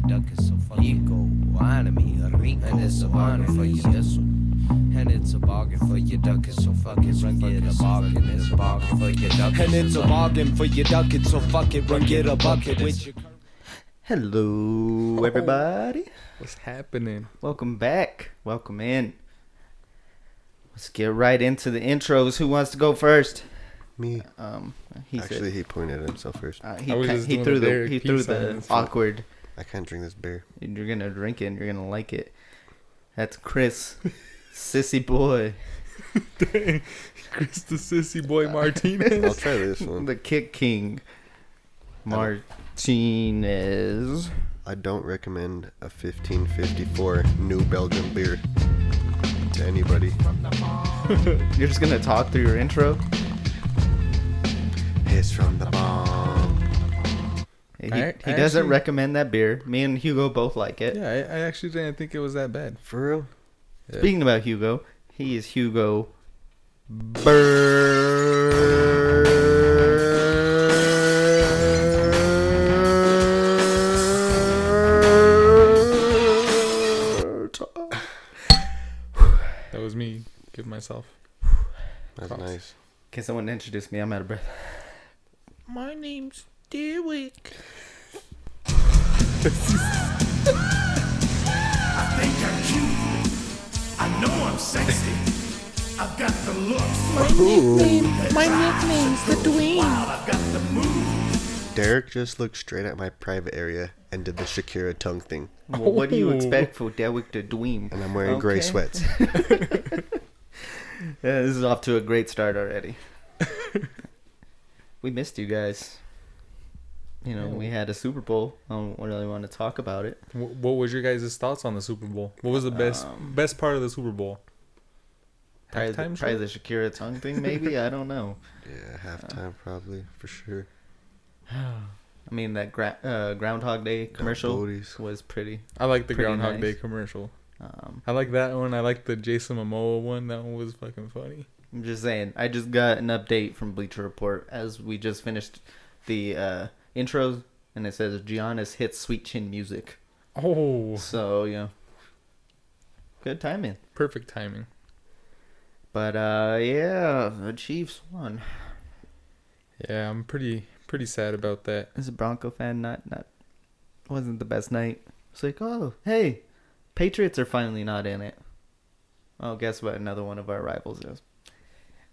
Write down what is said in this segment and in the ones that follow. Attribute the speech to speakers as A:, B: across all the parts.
A: duck is so fucking Rico, me, Rico, and it's a bargain for you. Yes, and it's a bargain for your duck is so fucking rugged. A bargain is a bargain for your duck.
B: And it's a bargain for your ducat, so fuck it, run get a bucket with your.
C: Hello, everybody.
D: What's happening?
C: Welcome back. Welcome in. Let's get right into the intros. Who wants to go first?
E: Me.
C: Um, he
E: Actually, he pointed at himself first.
C: said, uh, he,
D: I was
C: ca-
D: just
C: he
D: doing
C: threw the
D: the Derek
C: he
D: P
C: threw the
D: silence.
C: awkward.
E: I can't drink this beer.
C: and You're gonna drink it. and You're gonna like it. That's Chris, sissy boy,
D: Dang. Chris the sissy boy
E: I'll
D: Martinez.
E: try this one.
C: the kick king, Martinez.
E: I don't recommend a 1554 New Belgium beer to anybody.
C: You're just gonna talk through your intro.
E: It's from the bomb.
C: He,
D: I- I
C: he doesn't
D: actually-
C: recommend that beer. Me and Hugo both like it.
D: yeah, I, I actually didn't think it was that bad.
E: For real?
C: Speaking about Hugo, he is Hugo Berta.
D: That was me. Give myself.
E: That's
D: Props.
E: nice.
C: Can someone introduce me? I'm out of breath.
D: My name's Derek.
F: think I'm cute. I know I'm sexy. I've got the looks.
G: My nickname's the Dwayne.
F: I've got the moves.
E: Derek just looked straight at my private area and did the Shakira tongue thing.
C: Well, what do you
D: Oh.
C: expect for Derek the Dweem?
E: And I'm wearing gray
C: Okay.
E: sweats.
C: Yeah, this is off to a great start already. we missed you guys. You know, we had a Super Bowl. I don't really want to talk about it.
D: Wh- What was your guys' thoughts on the Super Bowl? What was the best best part of the Super Bowl?
C: Probably the,
D: Halftime
C: probably the
D: show?
C: Shakira tongue thing, maybe. I don't know.
E: Yeah, halftime probably, for sure.
C: I mean, that gra- uh, Groundhog Day commercial
E: booties.
C: was pretty.
D: I like the
C: pretty
D: Groundhog
C: nice.
D: Day commercial.
C: Um,
D: I like that one. I like the Jason Momoa one. That one was fucking funny.
C: I'm just saying. I just got an update from Bleacher Report as we just finished the uh, intros, and it says Giannis hits Sweet Chin music.
D: Oh,
C: So, you know, good timing.
D: perfect timing.
C: But uh, yeah, the Chiefs won.
D: Yeah, I'm pretty pretty sad about that.
C: as a Bronco fan, not not wasn't the best night. It's like, oh, hey, Patriots are finally not in it. Oh, guess what? Another one of our rivals is,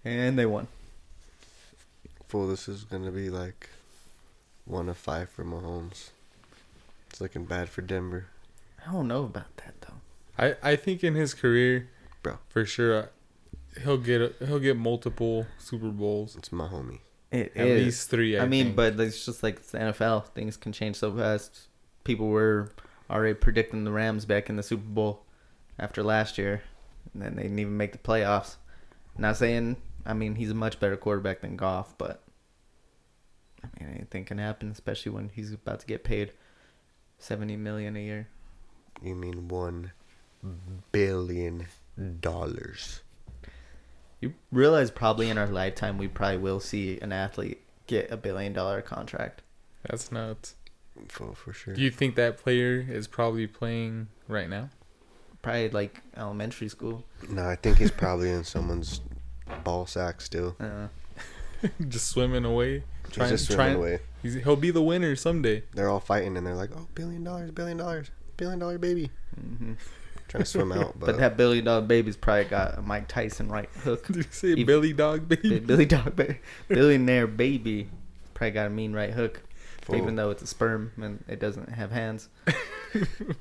C: and they won.
E: Fool, this is going to be like one of five for Mahomes. It's looking bad for Denver.
C: I don't know about that though.
D: I, I think in his career,
E: Bro.
D: for sure, uh, he'll get a, he'll get multiple Super Bowls,
E: It's my homie.
C: It
D: at least three. I,
C: I mean,
D: think.
C: but it's just like it's the NFL. Things can change so fast. People were already predicting the Rams back in the Super Bowl after last year, and then they didn't even make the playoffs. Not saying, I mean, he's a much better quarterback than Goff, but I mean, anything can happen, especially when he's about to get paid seventy million a year.
E: You mean one billion dollars?
C: You realize probably in our lifetime we probably will see an athlete get a billion dollar contract.
D: that's nuts.
E: For, for sure.
D: Do you think that player is probably playing right now?
C: Probably like elementary school.
E: no, I think he's probably in someone's ball sack still.
C: Uh,
D: just swimming away, trying
E: just swimming
D: trying.
E: away.
D: He's, he'll be the winner someday.
E: They're all fighting and they're like, "Oh, billion dollars, billion dollars, billion dollar baby." Trying to swim out, but,
C: But that billion dollar baby's probably got a Mike Tyson right hook.
D: Did you say
C: If-
D: Billy Dog Baby?
C: Billy dog ba- billionaire baby probably got a mean right hook,
E: Fool.
C: even though it's a sperm and it doesn't have hands.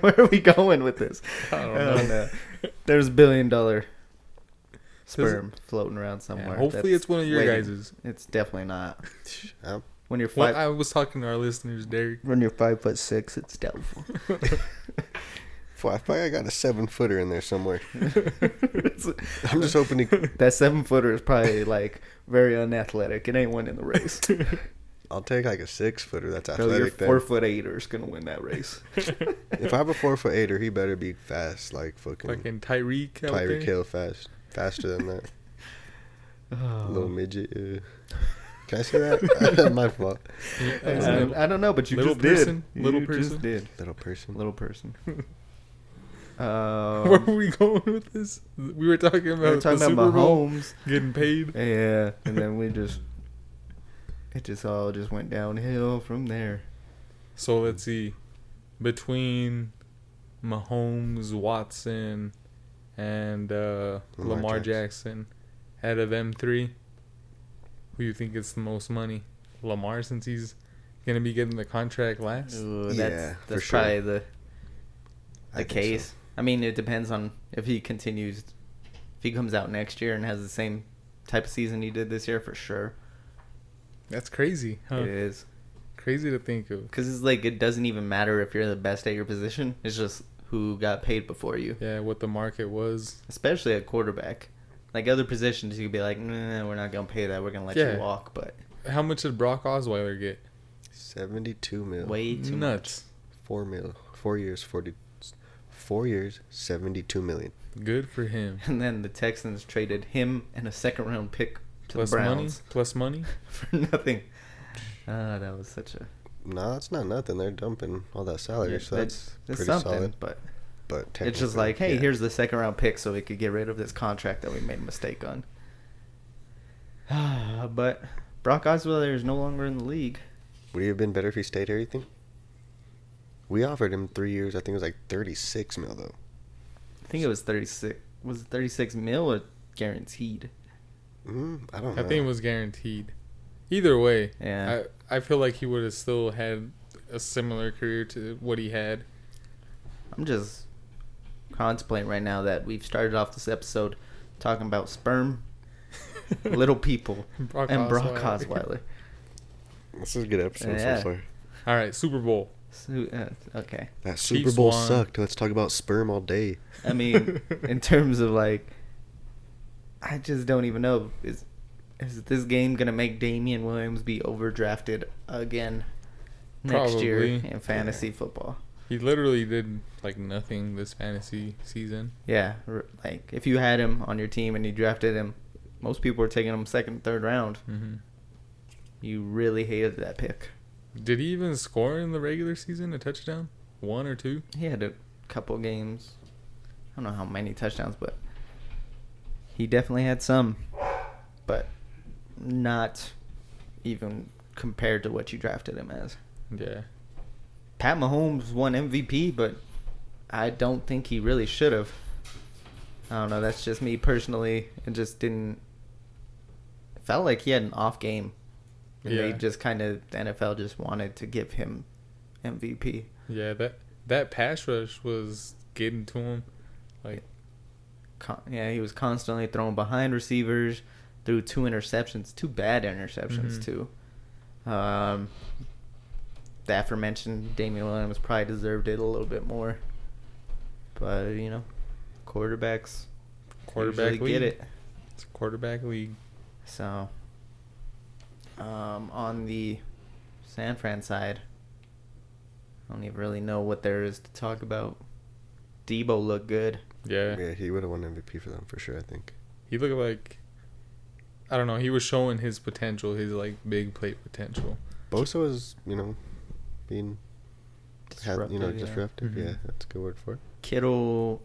C: Where are we going with this?
D: I don't
C: Oh,
D: know.
C: no. There's a billion dollar
D: Does it-
C: sperm floating around somewhere.
D: Yeah, hopefully,
C: that's
D: it's one of your
C: waiting.
D: guys's.
C: It's definitely not.
E: Um,
C: When you're
D: What
C: five,
D: I was talking to our listeners, Derek.
C: when you're five foot six, it's doubtful.
E: fool, I probably got a seven footer in there somewhere.
C: It's-
E: I'm just hoping he.
C: that seven footer is probably like very unathletic. It ain't winning the race.
E: I'll take like a six footer. That's
C: No, your
E: athletic. then.
C: four foot eighter is gonna win that race.
E: If I have a four foot eighter, he better be fast, like fucking,
D: Fucking Tyreek. out there. Oh.
C: Uh-huh.
E: Tyreek Hill fast, faster than that little midget. yeah. Can I say that? My fault.
C: I don't, I don't know, but you
D: Little
C: just
D: person,
C: did.
D: little
C: you
D: person.
C: just did.
E: Little person.
C: Little person.
D: Where
C: Um,
D: were we going with this? We were talking about
C: we were talking
D: the Super
C: about
D: Bowl
C: Mahomes.
D: getting paid.
C: Yeah, and then we just it just all just went downhill from there.
D: So let's see, between Mahomes, Watson, and uh,
E: Lamar
D: Lamar,
E: Jackson.
D: Jackson, out of them three, who you think gets the most money? Lamar, since he's gonna be getting the contract last.
C: Ooh, that's
E: Yeah, for
C: that's
E: sure.
C: probably the the
E: I think so.
C: case. I mean, it depends on if he continues. If he comes out next year and has the same type of season he did this year, for sure,
D: That's crazy. Huh?
C: it is.
D: Crazy to think of.
C: Because it's like it doesn't even matter if you're the best at your position. It's just who got paid before you,
D: Yeah, what the market was.
C: especially at quarterback. Like other positions, you could be like, nah, we're not gonna pay that. We're gonna let
D: Yeah.
C: you walk, but
D: How much did Brock Osweiler get?
E: Seventy-two mil.
C: way too much.
D: Nuts.
E: Four mil. Four years. Forty. Four years. Seventy-two million.
D: Good for him.
C: And then the Texans traded him and a second round pick to
D: Plus
C: the
D: money.
C: Browns
D: Plus money.
C: for nothing. Ah, that was such a
E: No, that's not nothing. They're dumping all that salary,
C: yeah,
E: so that's,
C: that's
E: Oh, pretty
C: something,
E: solid.
C: but
E: But
C: it's just
E: technically,
C: like, hey,
E: yeah.
C: here's the second round pick, so we could get rid of this contract that we made a mistake on. but Brock Osweiler is no longer in the league.
E: Would it have been better if he stayed here, you think? We offered him three years. I think it was like 36 mil, though.
C: I think it was thirty six. Was it thirty six mil or guaranteed?
E: Mm, I don't know.
D: I think it was guaranteed. Either way,
C: Yeah.
D: I, I feel like he would have still had a similar career to what he had.
C: I'm just contemplating right now that we've started off this episode talking about sperm, little people,
D: Brock
C: and Brock
D: Osweiler.
C: Osweiler.
E: This is a good episode
C: Yeah.
E: so far.
D: All right, Super Bowl.
C: So, uh, okay.
E: That Super
D: Chiefs
E: Bowl
D: won.
E: sucked. Let's talk about sperm all day.
C: I mean, in terms of like, I just don't even know. Is is this game gonna make Damian Williams be overdrafted again next year
D: Probably.
C: in fantasy football?
D: He literally did like nothing this fantasy season.
C: Yeah, r- like if you had him on your team and you drafted him, most people were taking him second, third round.
D: hmm
C: You really hated that pick.
D: Did he even score in the regular season a touchdown? One or two?
C: He had a couple games. I don't know how many touchdowns, but he definitely had some, but not even compared to what you drafted him as.
D: Yeah.
C: Pat Mahomes won MVP, but I don't think he really should have. I don't know. That's just me personally. It just didn't. It felt like he had an off game. And They
D: Yeah.
C: just kind of the NFL just wanted to give him MVP.
D: Yeah, that that pass rush was getting to him. Like
C: Con- yeah, he was constantly throwing behind receivers, threw two interceptions, two bad interceptions
D: Mhm.
C: too. Um, the aforementioned Damian Williams probably deserved it a little bit more, but you know, quarterbacks
D: quarterback
C: usually
D: league.
C: get it.
D: It's a quarterback league.
C: So, um, on the San Fran side, I don't even really know what there is to talk about. Debo looked good.
D: Yeah.
E: Yeah, he would have won MVP for them for sure, I think.
D: He looked like I don't know, he was showing his potential, his like big play potential.
E: Bosa was, you know, being, had, you know,
C: Disruptive, yeah.
E: disruptive.
D: Mhm.
E: Yeah, that's a good word for it.
C: Kittle,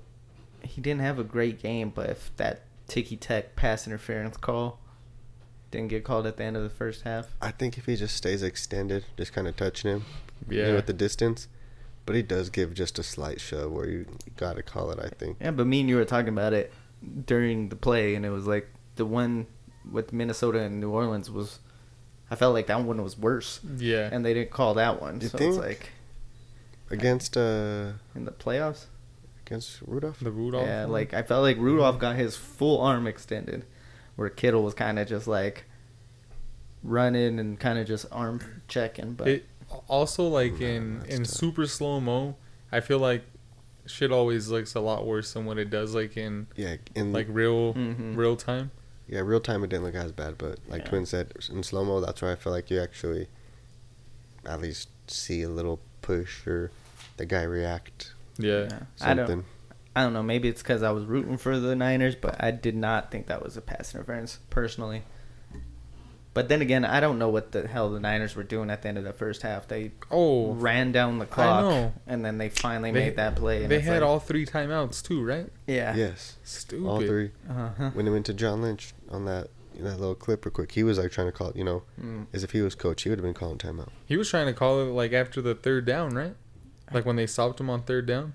C: he didn't have a great game, but if that ticky tack pass interference call didn't get called at the end of the first half,
E: I think if he just stays extended, just kind of touching him, you
D: Yeah.
E: know, at the distance. But he does give just a slight shove where you got to call it, I think.
C: yeah. But me and you were talking about it during the play, and it was like the one with Minnesota and New Orleans was. I felt like that one was worse,
D: Yeah.
C: and they didn't call that one.
E: You
C: so
E: think?
C: it's like
E: Against, uh,
C: in the playoffs.
E: against Rudolph?
D: the Rudolph.
C: Yeah,
D: one?
C: like I felt like Rudolph got his full arm extended, where Kittle was kind of just like running and kind of just arm checking. But
D: it also like in
E: that's
D: in
E: tough.
D: super slow mo, I feel like shit always looks a lot worse than what it does like in
E: Yeah,
C: Mm-hmm.
E: in
D: like real
C: Mhm.
D: real time.
E: Yeah, real time it didn't look as bad, but like
C: Yeah.
E: Twin said, in slow mo, that's where I feel like you actually at least see a little push or the guy react
D: Yeah.
C: yeah, I
E: something.
C: don't, I don't know. Maybe it's because I was rooting for the Niners, but I did not think that was a pass interference personally. But then again, I don't know what the hell the Niners were doing at the end of the first half. They
D: Oh,
C: ran down the clock,
D: know.
C: and then they finally
D: They-
C: made that play. And
D: they
C: it's
D: had
C: like-
D: all three timeouts too, right?
C: yeah,
E: Yes.
D: Stupid.
E: All three.
C: Uh-huh.
E: When it went to John Lynch on that that little clip real quick, he was like trying to call it, you know,
C: Mm.
E: as if he was coach, he would have been calling timeout.
D: He was trying to call it like after the third down, right? Like when they stopped him on third down.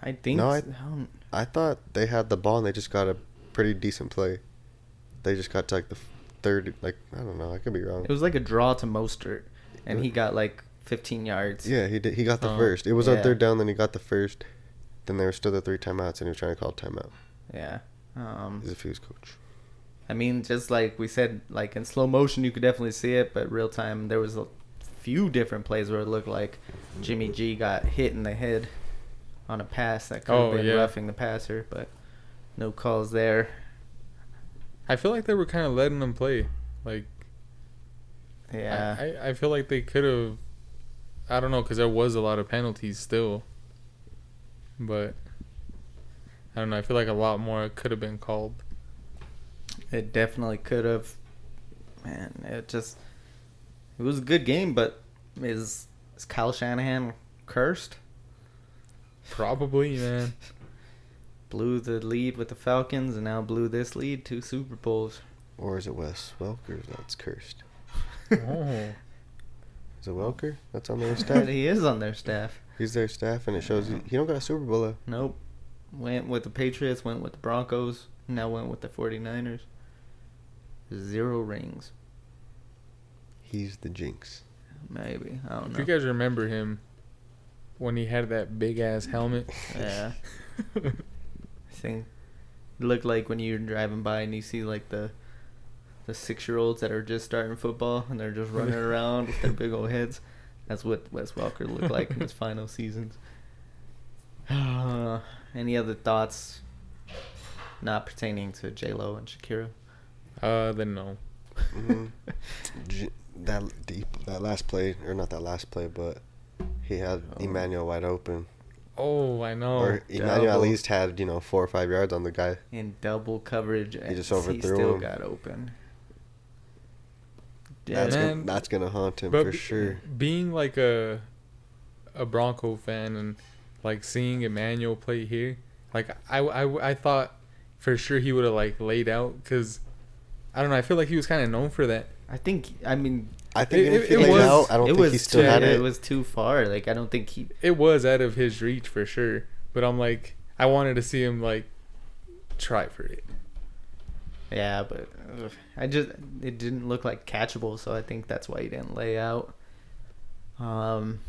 C: I think.
E: No,
C: No,
E: I- I thought they had the ball and they just got a pretty decent play. They just got to like the f- third, like I don't know, I could be wrong.
C: it was like a draw to Mostert, and he got like 15 yards.
E: yeah, he did. He got the
D: Oh,
E: first. It was on
C: yeah.
E: third down, then he got the first. Then there were still the three timeouts, and he was trying to call timeout
C: Yeah. Um,
E: as if he was coach.
C: I mean, just like we said, like in slow motion, you could definitely see it, but real time, there was a few different plays where it looked like Jimmy G got hit in the head on a pass that could have
D: Oh,
C: been
D: yeah.
C: roughing the passer, but no calls there.
D: I feel like they were kind of letting him play. Like
C: Yeah,
D: I, I, I feel like they could have. I don't know because there was a lot of penalties still. But I don't know. I feel like a lot more could have been called.
C: it definitely could have. Man, it just it was a good game, but is is Kyle Shanahan cursed?
D: Probably, man.
C: Blew the lead with the Falcons, and now blew this lead to Super Bowls.
E: Or is it Wes Welker that's cursed?
D: oh,
E: Is it Welker that's on their staff?
C: he is on their staff.
E: He's their staff, and it shows he, he don't got a Super Bowl. though.
C: Nope. Went with the Patriots, went with the Broncos, now went with the 49ers. Zero rings,
E: He's the jinx.
C: maybe. I don't
D: if
C: know.
D: you guys remember him when he had that big ass helmet.
C: yeah. I think it looked like when you're driving by and you see like the the six year olds that are just starting football and they're just running around with their big old heads. That's what Wes Welker looked like in his final seasons. any other thoughts not pertaining to J Lo and Shakira?
D: Uh, then no.
E: Mhm. J- that deep, that last play, or not that last play, but he had Emmanuel wide open,
D: Oh, I know.
E: or Emmanuel at
C: double.
E: least had you know four or five yards on the guy.
C: in double coverage and
E: just
C: he
E: overthrew
C: still
E: him.
C: got open. Yeah,
E: That's
D: man.
E: gonna, that's gonna haunt him
D: But
E: for
D: be-
E: sure.
D: Being like a a Bronco fan and like seeing Emmanuel play here, like I I, I thought for sure he would have like laid out because I don't know. I feel like he was kind of known for that.
C: I think I mean
E: I think
D: it-
E: if he
D: it
E: laid
D: was-
E: out, I don't
C: it
E: think
C: was
E: he still
C: too,
E: had it.
C: It was too far. Like I don't think he
D: It was out of his reach for sure, but I'm like I wanted to see him like try for it.
C: Yeah, but ugh, I just it didn't look like catchable, so I think that's why he didn't lay out. Um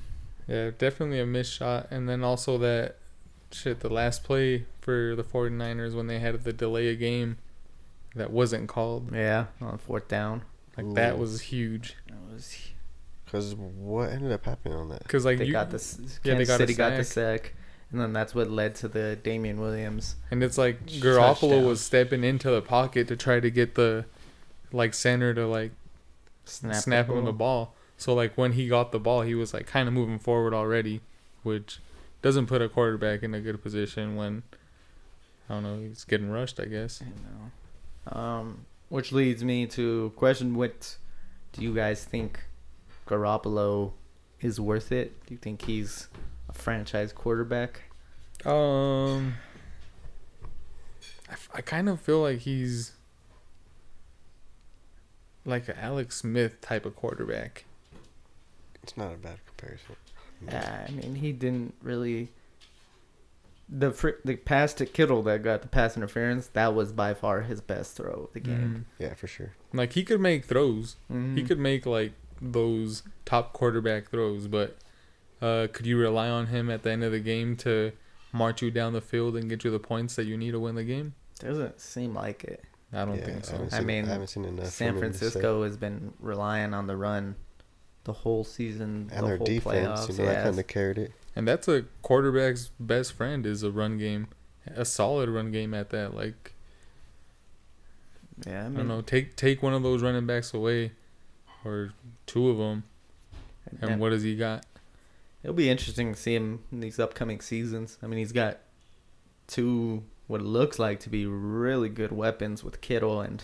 D: Yeah, definitely a missed shot, and then also that shit. The last play for the 49ers when they had the delay a game that wasn't called,
C: yeah, on fourth down.
D: like that
E: Ooh.
D: was huge.
C: It was
E: Because what ended up happening on that?
D: Because like
C: they
D: you,
C: got the s-
D: yeah, they
C: Kansas
D: got a
C: City got the sack. And then that's what led to the Damian Williams.
D: And it's like
C: Touchdown.
D: Garoppolo was stepping into the pocket to try to get the like center to like
C: Snap,
D: snap him the ball. So like when he got the ball, he was like kind of moving forward already, which doesn't put a quarterback in a good position when I don't know he's getting rushed. I guess.
C: You know. Um, which leads me to question: What do you guys think Garoppolo is worth it? Do you think he's a franchise quarterback?
D: Um, I, f- I kind of feel like he's like an Alex Smith type of quarterback.
E: It's not a bad comparison. Mm-hmm.
C: Uh, I mean, he didn't really. The fr- the pass to Kittle that got the pass interference that was by far his best throw of the
D: Mm-hmm.
C: game.
E: Yeah, for sure.
D: Like he could make throws. Mm-hmm. He
C: Mhm.
D: could make like those top quarterback throws, but uh, could you rely on him at the end of the game to march you down the field and get you the points that you need to win the game?
C: Doesn't seem like it.
D: I don't
E: yeah,
D: think so.
E: haven't
C: I
E: seen-
C: mean,
E: I haven't seen enough.
C: San
E: from him to say.
C: Francisco has been relying on the run the whole season,
E: and
C: the
E: their
C: whole
E: defense,
C: playoffs.
E: you know,
C: yeah,
E: that kind of carried it.
D: And that's a quarterback's best friend is a run game, a solid run game at that. Like
C: yeah, I
D: I
C: mean,
D: don't know, take take one of those running backs away, or two of them, and
C: Yeah.
D: what does he got?
C: It'll be interesting to see him in these upcoming seasons. I mean, he's got two what it looks like to be really good weapons with Kittle and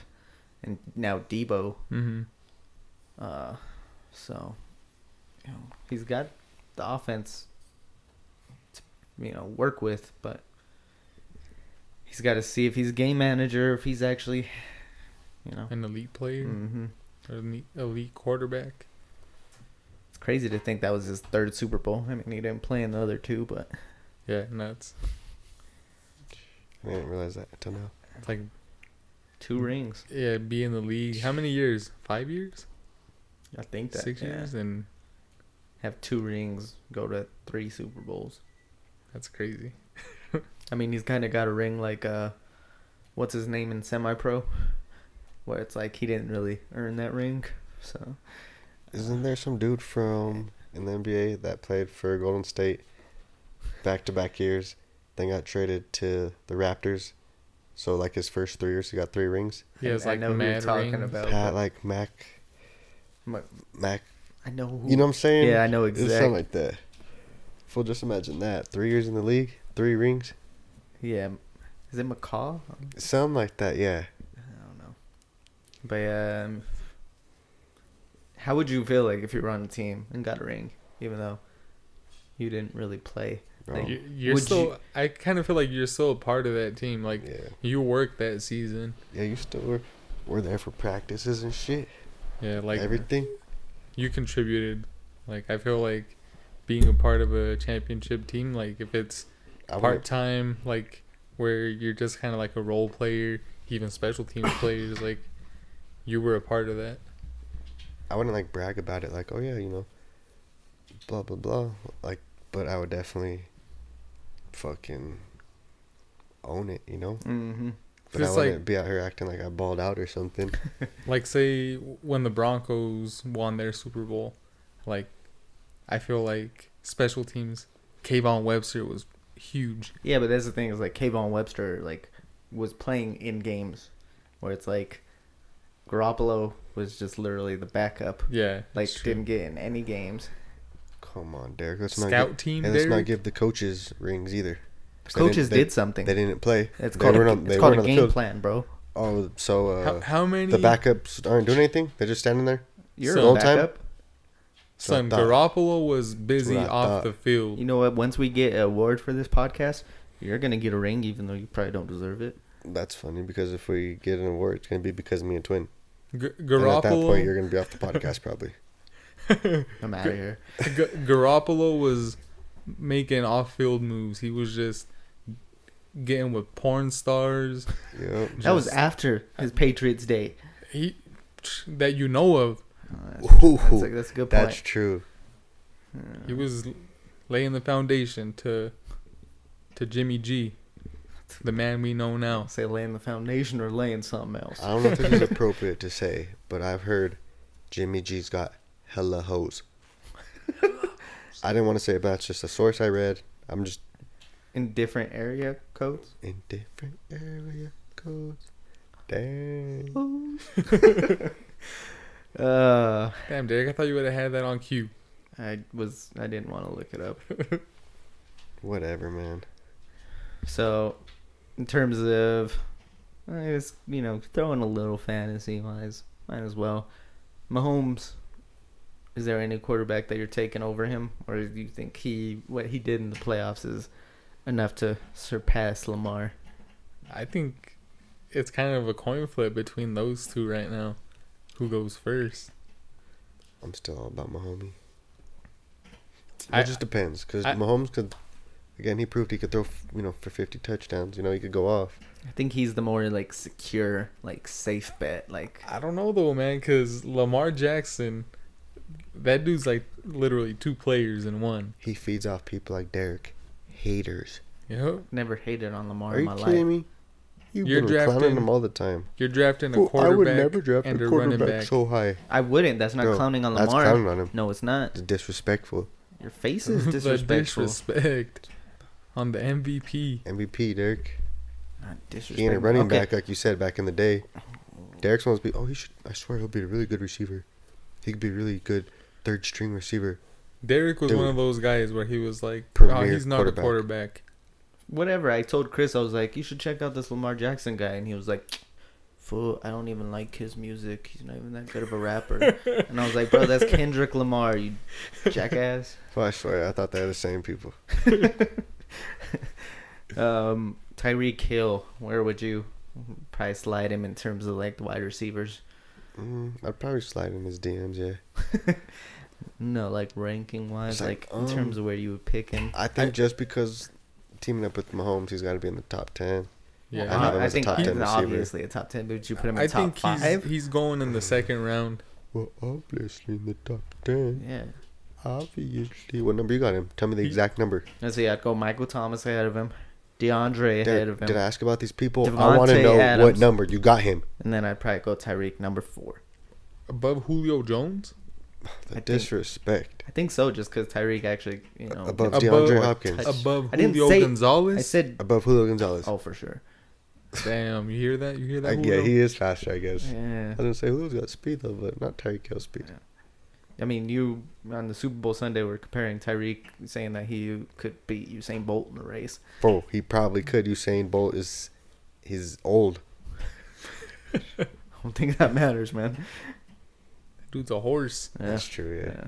C: and now Debo.
D: Mm-hmm.
C: Uh, so, you know, he's got the offense to, you know, work with, but he's got to see if he's game manager, if he's actually, you know,
D: An elite player,
C: hmm
D: or an e, elite quarterback.
C: it's crazy to think that was his third Super Bowl. I mean, he didn't play in the other two, but
D: Yeah, nuts.
E: I didn't realize that until now.
D: It's like
C: two rings.
D: yeah, be in the league. How many years? Five years?
C: I think that
D: Six
C: yeah.
D: years? And
C: have two rings, go to three Super Bowls.
D: that's crazy.
C: I mean, he's kind of got a ring like uh, what's his name in semi-pro, where it's like he didn't really earn that ring. So
E: Isn't there some dude from in the NBA that played for Golden State back to back years, then got traded to the Raptors? So like his first three years, he got three rings.
D: He
C: I-
D: has
C: I
D: like
C: know who you're
D: mad
C: talking
D: rings.
C: about.
E: Pat like Mac,
C: Ma-
E: Mac.
C: I know who.
E: You know what I'm saying?
C: Yeah, I know
E: It's something
C: exact-
E: like that. Well, just imagine that. Three years in the league, three rings.
C: yeah, is it McCall?
E: Something like that, yeah.
C: I don't know. But um, how would you feel like if you were on a team and got a ring, even though you didn't really play?
E: Bro.
C: Like,
D: You- You're
C: Would
D: still.
C: you-
D: I kind of feel like you're still a part of that team. Like
E: Yeah.
D: you work that season.
E: Yeah, you still were, were there for practices and shit.
D: Yeah, like
E: Everything.
D: you contributed. Like I feel like being a part of a championship team. Like if it's
E: I
D: part
E: would,
D: time, like where you're just kind of like a role player, even special team players. Like you were a part of that.
E: I wouldn't like brag about it, like, oh yeah, you know, blah, blah, blah. Like, but I would definitely fucking own it, you know?
C: Mm-hmm.
E: But I
D: Just,
E: wouldn't
D: like-
E: be out here acting like I balled out or something.
D: Like say when the Broncos won their Super Bowl, like I feel like special teams. Kayvon Webster was huge.
C: Yeah, but that's the thing is like Kayvon Webster like was playing in games where it's like Garoppolo was just literally the backup.
D: Yeah,
C: Like
D: that's true.
C: didn't get in any games.
E: Come on, Derek. Let's not
D: Scout
E: give,
D: team,
E: And let's not
D: Derek?
E: give the coaches rings either. 'Cause they
C: Coaches
E: didn't- they-
C: did something.
E: They didn't play.
C: it's
E: They
C: called
E: weren't
C: a,
E: on-
C: it's
E: they
C: called
E: weren't
C: a
E: on the
C: game
E: field.
C: plan, bro.
E: Oh, so uh,
D: how, how many?
E: the backups aren't doing anything. They're just standing there.
C: You're
D: So-
C: a
E: Full time?
C: backup.
E: So I
D: Son
E: thought-
D: Garoppolo was busy
E: That's what I
D: off the
E: thought.
D: field.
C: You know what? Once we get an award for this podcast, you're gonna get a ring, even though you probably don't deserve it.
E: That's funny because if we get an award, it's gonna be because of me and Twin.
D: G-
E: And at that point,
D: Garoppolo,
E: you're gonna be off the podcast probably.
C: I'm out of here.
D: G- Garoppolo was making off-field moves. He was just getting with porn stars.
E: Yep.
C: That was
D: Just-
C: after his Patriots Day.
D: He that you know of.
C: Oh, that's, that's, a, that's a good point.
E: That's true.
D: He was laying the foundation to to Jimmy G, the man we know now.
C: Say laying the foundation or laying something else.
E: I don't know if this is appropriate to say, but I've heard Jimmy G's got hella hoes. I didn't want to say it, but that's just a source I read. I'm just
C: in different area codes.
E: in different area codes. Dang.
C: Uh,
D: Damn, Derek, I thought you would have had that on cue.
C: I was I didn't want to look it up.
E: Whatever, man.
C: So, in terms of, I was you know throwing a little fantasy wise, might as well. Mahomes, is there any quarterback that you're taking over him, or do you think he what he did in the playoffs is enough to surpass Lamar?
D: I think it's kind of a coin flip between those two right now. Who goes first?
E: I'm still all about Mahomes.
D: I-
E: It just depends because
D: I-
E: Mahomes could, again, he proved he could throw f- you know for 50 touchdowns. You know he could go off.
C: I think he's the more like secure, like safe bet. Like
D: I don't know though, man, because Lamar Jackson, that dude's like literally two players in one.
E: He feeds off people like Derek, haters.
D: You know,
C: never hated on Lamar
E: Are
C: in
E: you
C: my life.
E: kidding me? You've
D: You're
E: been clowning
D: drafting-
E: him all the time.
D: you're drafting a
E: Well, I would
D: quarterback
E: never draft
D: and
E: a
D: a running
E: quarterback
D: back.
E: so high.
C: I wouldn't. That's not
E: Bro,
C: clowning on
E: that's
C: Lamar.
E: clowning on him.
C: No, it's not.
E: It's disrespectful.
C: Your face is
D: The
C: disrespectful.
D: disrespect on the MVP.
E: MVP Derek.
C: Not disrespectful.
E: He ain't a running
C: Okay.
E: back like you said back in the day. Derek's wants to be. Oh, he should. I swear he'll be a really good receiver. He could be a really good third string receiver.
D: Derek was
E: Dude.
D: one of those guys where he was like, "Oh,
E: Premier
D: he's not a
E: quarterback.
D: quarterback."
C: Whatever. I told Chris, I was like, you should check out this Lamar Jackson guy, and he was like, fool, I don't even like his music. He's not even that good of a rapper. and I was like, bro, that's Kendrick Lamar, you jackass.
E: Flashlight. I thought they were the same people.
C: Um, Tyreek Hill, where would you probably slide him in terms of like the wide receivers?
E: Mm, I'd probably slide in his DMs. Yeah.
C: No, like ranking wise,
E: It's like, um,
C: like, in terms of where you would pick him.
E: I think just because teaming up with Mahomes, he's got to be in the top ten.
D: Yeah.
E: I have
C: I,
E: him
C: I
E: as a
C: think
E: top
C: he's
E: 10 receiver.
C: obviously a top ten, but would you put him in
D: I
C: top
D: think
C: five?
D: he's, he's going in the second round.
E: Well, obviously in the top ten.
C: yeah.
E: Obviously. What number you got him? Tell me the
D: He-
E: exact number.
C: Let's see, I'd go Michael Thomas ahead of him, DeAndre ahead
E: Did,
C: of him,
E: did I ask about these people? I want
C: Devontae
E: to know what
C: Adams.
E: number you got him.
C: and then I'd probably go Tyreek number four.
D: Above Julio Jones?
E: The
C: think-
E: disrespect.
C: I think so, just because Tyreek actually, you know,
E: Above
C: gets
E: DeAndre
C: more
E: Hopkins.
C: touch-
D: Above
C: I didn't
D: Julio
C: say,
D: Gonzalez?
C: I said,
E: Above Julio Gonzalez.
C: oh for sure.
D: Damn, you hear that? You hear that?
E: I, Uh, yeah,
D: Julio?
E: he is faster, I guess.
C: Yeah.
E: I was gonna say Julio's got speed though, but not Tyreek Hill's speed.
C: I mean, you on the Super Bowl Sunday were comparing Tyreek, saying that he could beat Usain Bolt in a race.
E: Bro, he probably could. Usain Bolt is, he's old.
C: I don't think that matters, man.
D: Dude's a horse.
C: Yeah.
E: That's true. Yeah,
C: yeah.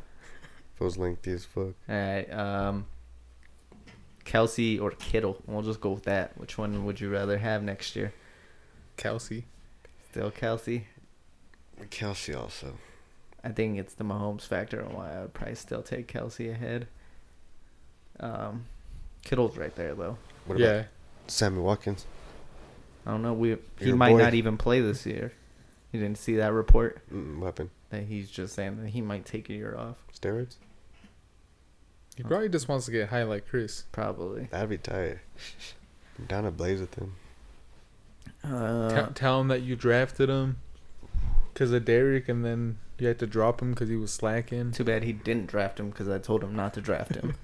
E: Those lengthy as fuck.
C: All right. Um, Kelsey or Kittle? We'll just go with that. Which one would you rather have next year?
D: Kelsey.
C: Still Kelsey.
E: Kelsey also.
C: I think it's the Mahomes factor on why I would probably still take Kelsey ahead. Um, Kittle's right there though.
E: What about
D: yeah.
E: Sammy Watkins?
C: I don't know. We he
E: Your
C: might
E: boy.
C: not even play this year. You didn't see that report
E: Mm, weapon
C: that he's just saying that he might take a year off.
E: steroids.
D: He probably just wants to get high like Chris.
C: Probably.
E: That'd be tight. I'm down to blaze with him.
D: T-
C: Uh,
D: tell him that you drafted him because of Derek, and then you had to drop him because he was slacking.
C: too bad he didn't draft him because I told him not to draft him.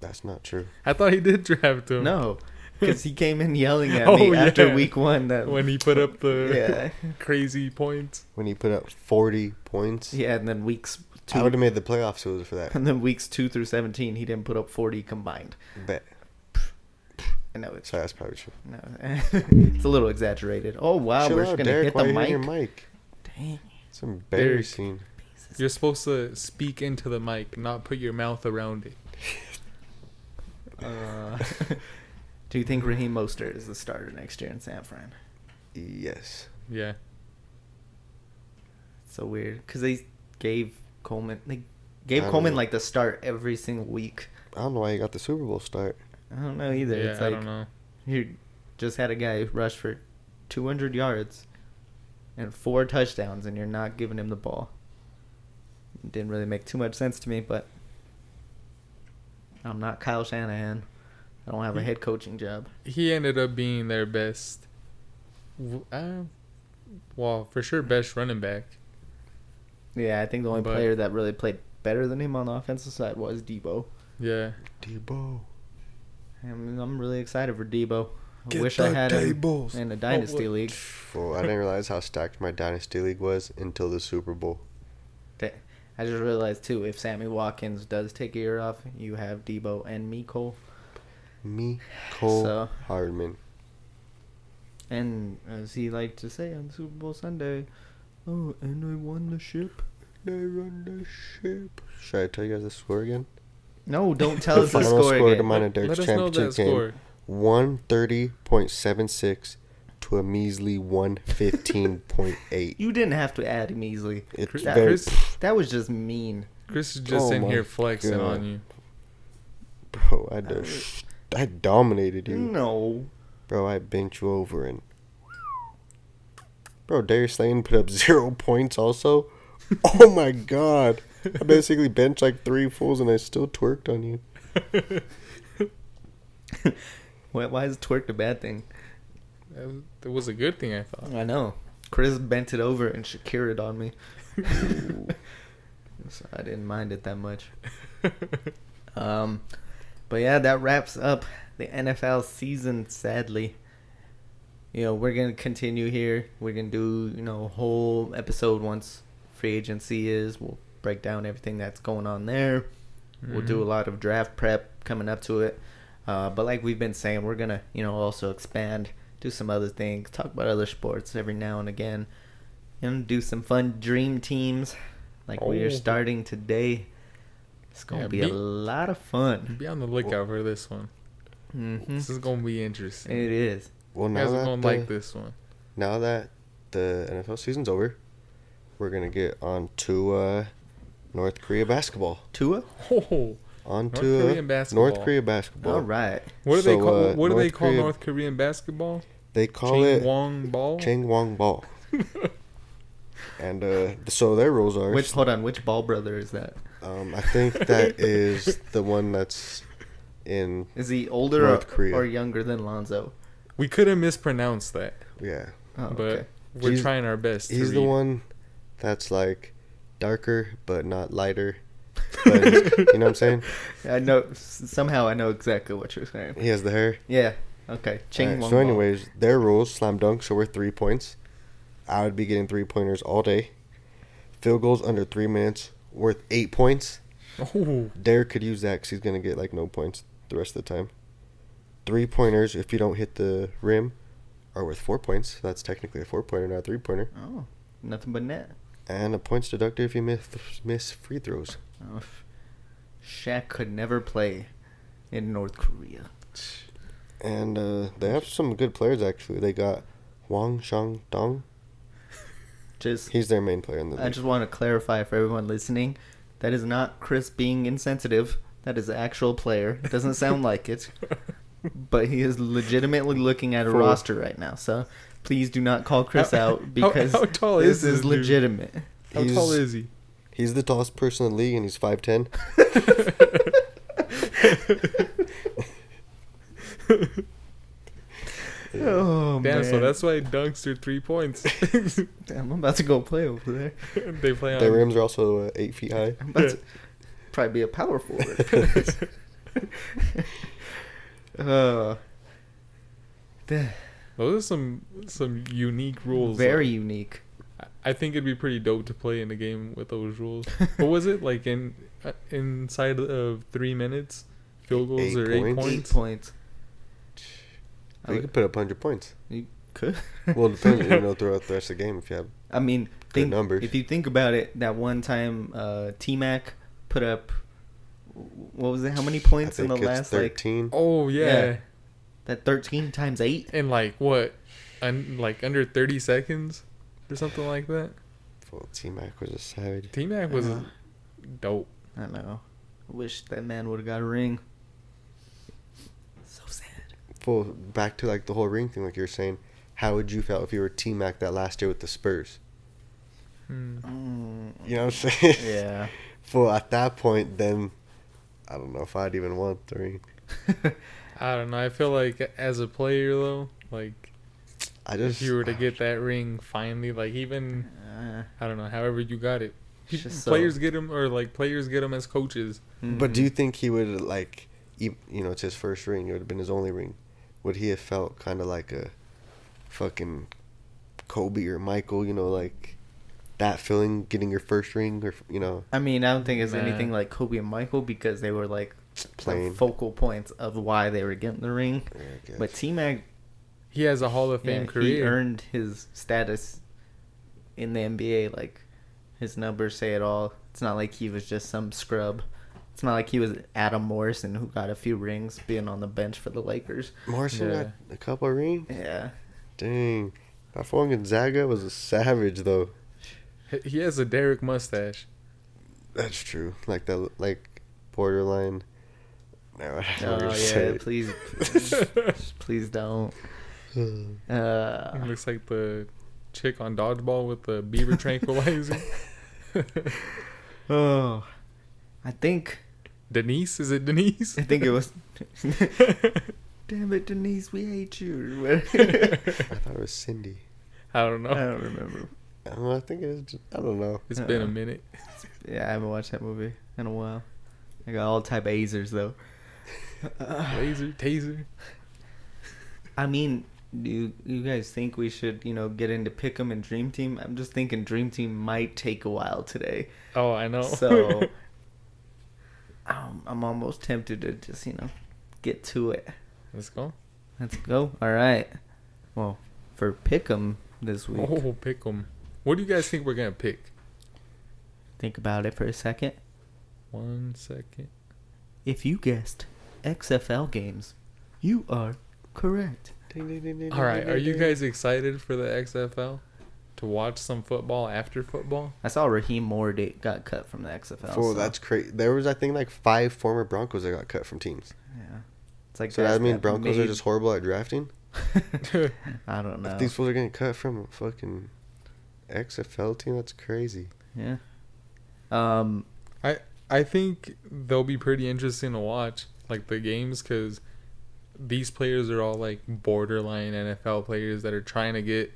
E: That's not true.
D: I thought he did draft him.
C: no, because he came in yelling at
D: Oh,
C: me after
D: yeah.
C: week one that
D: When he put up the
C: yeah
D: crazy points.
E: When he put up 40 points,
C: yeah, and then weeks
E: I would have
C: two
E: made the playoffs if it was for that.
C: and then weeks two through seventeen he didn't put up forty combined.
E: Bet.
C: I know it's
E: So that's probably true.
C: no, it's a little exaggerated. Oh wow,
E: Chill
C: we're
E: out,
C: just gonna
E: Derek.
C: hit
E: Why
C: the
E: are you
C: mic.
E: hitting your mic?
C: Dang.
E: It's embarrassing.
D: You're supposed to speak into the mic, not put your mouth around it.
C: Uh, do you think Raheem Mostert is the starter next year in San Fran?
E: Yes.
D: Yeah.
C: It's so weird because they gave Coleman they gave
E: I don't
C: Coleman
E: know.
C: like the start every single week.
E: I don't know why he got the Super Bowl start.
C: I don't know either.
D: yeah,
C: it's
D: I
C: like
D: don't know.
C: You just had a guy rush for 200 yards and four touchdowns, and you're not giving him the ball. didn't really make too much sense to me, but I'm not Kyle Shanahan. I don't have a head coaching job.
D: He ended up being their best. w- Uh, well, for sure, best running back.
C: Yeah, I think the only
D: But-
C: player that really played better than him on the offensive side was Debo.
D: Yeah.
E: Debo.
C: And I'm really excited for Debo. I wish I had him in a dynasty league.
E: Well, I didn't realize how stacked my dynasty league was until the Super Bowl.
C: Da- I just realized too, if Sammy Watkins does take a year off, you have Debo and Miko
E: Me, Cole,
C: So-
E: Hardman.
C: And as he liked to say on Super Bowl Sunday, oh, and I won the ship.
E: They run the ship. Should I tell you guys the score again?
C: No, don't tell us the
E: final
C: score,
E: score to
C: again.
E: mine and
D: Let
E: Dirk's
D: us know that
E: championship game.
D: score.
E: One thirty point seven six to a measly one fifteen point eight.
C: You didn't have to add him easily.
E: It's
C: That,
E: very
D: Chris,
C: that was just mean.
D: Chris is just
E: Oh
D: in
E: my
D: here flexing
E: God.
D: on you.
E: bro. I just, I dominated you,
C: No.
E: bro. I bent you over and bro. Darius Slayton put up zero points. Also, oh my god, I basically benched like three fools and I still twerked on you.
C: Why, why is twerked a bad thing?
D: That was- that was a good thing, I thought.
C: I know. Chris bent it over and Shakira it on me. so I didn't mind it that much. um, but yeah, that wraps up the NFL season. Sadly, you know we're gonna continue here. We're gonna do you know a whole episode once free agency is. We'll break down everything that's going on there. We'll do a lot of draft prep coming up to it. Uh, but like we've been saying, we're gonna you know also expand do some other things, talk about other sports every now and again, and do some fun dream teams like we
D: Oh.
C: are starting today. It's going
D: Yeah,
C: to be,
D: be-
C: a lot of fun.
D: Be on the lookout for this one.
C: hmm
E: Mm-hmm.
D: This is gonna be
C: It
D: interesting.
C: is.
E: Well,
D: You
E: now
D: guys are
E: that
D: gonna
E: the,
D: like this one.
E: now that the NFL season's over, we're gonna get on to uh, North Korea basketball.
C: Tua?
D: Oh,
E: On
D: North
E: to uh,
D: Korean basketball.
E: North Korea basketball.
C: All right.
D: what do they
E: So,
D: call?
E: uh,
D: what do they
E: North
D: call
E: Korea-
D: North Korean basketball?
E: They call
D: Chang
E: it
D: Wong ball.
E: Chang Wang Ball. and uh, so their rules are.
C: Which hold on, which ball brother is that?
E: Um, I think that is the one that's in.
C: Is he older or,
E: North Korea.
C: or younger than Lonzo?
D: we could have mispronounced that,
E: Yeah,
C: Oh,
D: but
C: okay.
D: we're
E: He's-
D: trying our best. to
E: he's the
D: read.
E: one that's like darker but not lighter. But you know what I'm saying?
C: I know s- somehow I know exactly what you're saying.
E: He has the hair.
C: Yeah. Okay. Ching
E: Alright,
C: Wong.
E: so,
C: Ball.
E: anyways, their rules slam dunk, so we're three points. I would be getting three pointers all day. Field goals under three minutes worth eight points.
D: Oh,
E: Derek could use that because he's going to get like no points the rest of the time. Three pointers, if you don't hit the rim, are worth four points. So that's technically a four pointer, not a three pointer.
C: Oh, nothing but net.
E: And a points deducted if you miss, miss free throws.
C: Oh, f- Shaq could never play in North Korea.
E: And uh, they have some good players, actually. They got Wang Shang Dong.
C: Just
E: He's their main player in the
C: I
E: league.
C: just want to clarify for everyone listening, that is not Chris being insensitive. That is an actual player. It doesn't sound like it, but he is legitimately looking at a
E: For-
C: roster right now. So please do not call Chris
D: How-
C: out because
D: how tall
C: this
D: is this dude?
C: legitimate.
D: how
E: He's-
D: tall is he?
E: He's the tallest person in the league, and he's 5'10.
C: Oh
D: Damn,
C: man!
D: so that's why dunks are three points.
C: Damn, I'm about to go play over there.
D: they play on.
E: Their rims are also uh, eight feet high.
C: I'm about to probably be a power forward. uh, the-
D: Those are some some unique rules. though.
C: very unique.
D: I- I think it'd be pretty dope to play in a game with those rules. what was it like in uh, inside of three minutes? Field goals
E: Eight
D: or eight
E: points?
C: Eight
D: points?
C: points. I
E: We
C: would-
E: could put up 100 points.
C: You could.
E: Well, it depends, you know, throughout the rest of the game if you have.
C: I mean, think,
E: numbers.
C: if you think about it, that one time uh, T Mac put up, what was it? How many
E: I
C: points in
E: think
C: the
E: it's
C: last like
E: 13.
D: Oh yeah.
C: Yeah. that thirteen times eight?
D: in like what, un- like under thirty seconds or something like that.
E: Well, T Mac was a savage.
D: T Mac was
C: Uh-huh.
D: dope.
C: I know. I wish that man would have got a ring. So sad.
E: Well, back to like the whole ring thing, like you were saying. How would you felt if you were T Mac that last year with the Spurs?
D: Hmm.
C: Mm,
E: You know what I'm saying?
C: yeah.
E: Well, at that point, then I don't know if I'd even want the ring.
D: I don't know. I feel like as a player though, like
E: I just
D: if you were to get that ring finally, like even
C: Uh,
D: I don't know, however you got it.
C: It's just so-
D: Players get 'em get them, or like players get them as coaches.
E: But
C: mm.
E: do you think he would like, e- you know, it's his first ring. It would have been his only ring. Would he have felt kind of like a fucking Kobe or Michael? You know, like that feeling getting your first ring, or you know,
C: I mean, I don't think it's
D: Nah.
C: anything like Kobe and Michael because they were like the
E: playing.
C: focal points of why they were getting the ring.
E: Yeah, I guess.
C: But T Mac,
D: He has a Hall of Fame
C: yeah,
D: career.
C: he earned his status in the NBA. Like his numbers say it all. It's not like he was just some scrub. It's not like he was Adam Morrison who got a few rings being on the bench for the Lakers.
E: Morrison
D: Yeah.
E: got a couple of rings.
C: Yeah,
E: Dang, that fool Gonzaga was a savage though.
D: He- He has a Derek mustache.
E: That's true. Like that, like borderline. No, I don't know
C: Oh
E: what you're
C: yeah,
E: saying.
C: please, please don't. Uh,
D: He looks like the chick on dodgeball with the beaver tranquilizer.
C: oh, I think
D: Denise, is it Denise?
C: I think it was. Damn it, Denise, we hate you. or whatever.
E: I thought it was Cindy.
D: I don't
C: I
D: know.
C: don't remember.
E: I don't know. I think it is. J- I don't know.
D: It's been a
C: Uh-uh.
D: minute.
C: Yeah, I haven't watched that movie in a while. I got all type of azers though.
D: Laser, taser.
C: I mean, do you, you guys think we should, you know, get into Pick'em and Dream Team? I'm just thinking Dream Team might take a while today.
D: Oh, I know.
C: So I'm, I'm almost tempted to just, you know, get to it.
D: let's go.
C: Let's go. All right. Well, for Pick'em this week.
D: Oh, pick 'em. What do you guys think we're gonna pick?
C: Think about it for a second.
D: One second.
C: If you guessed XFL games, you are correct.
D: All right, are you guys excited for the XFL? To watch some football after football?
C: I saw Raheem Moore da- got cut from the XFL.
E: Fool,
C: so-
E: that's crazy. There was, I think, like five former Broncos that got cut from teams.
C: yeah. It's like
E: So
C: guys
E: that means
C: got
E: Broncos are
C: made-
E: just horrible at drafting.
C: I don't know.
E: If these fools are getting cut from a fucking XFL team, that's crazy.
C: yeah. Um.
D: I I think they'll be pretty interesting to watch, like the games, because these players are all like borderline NFL players that are trying to get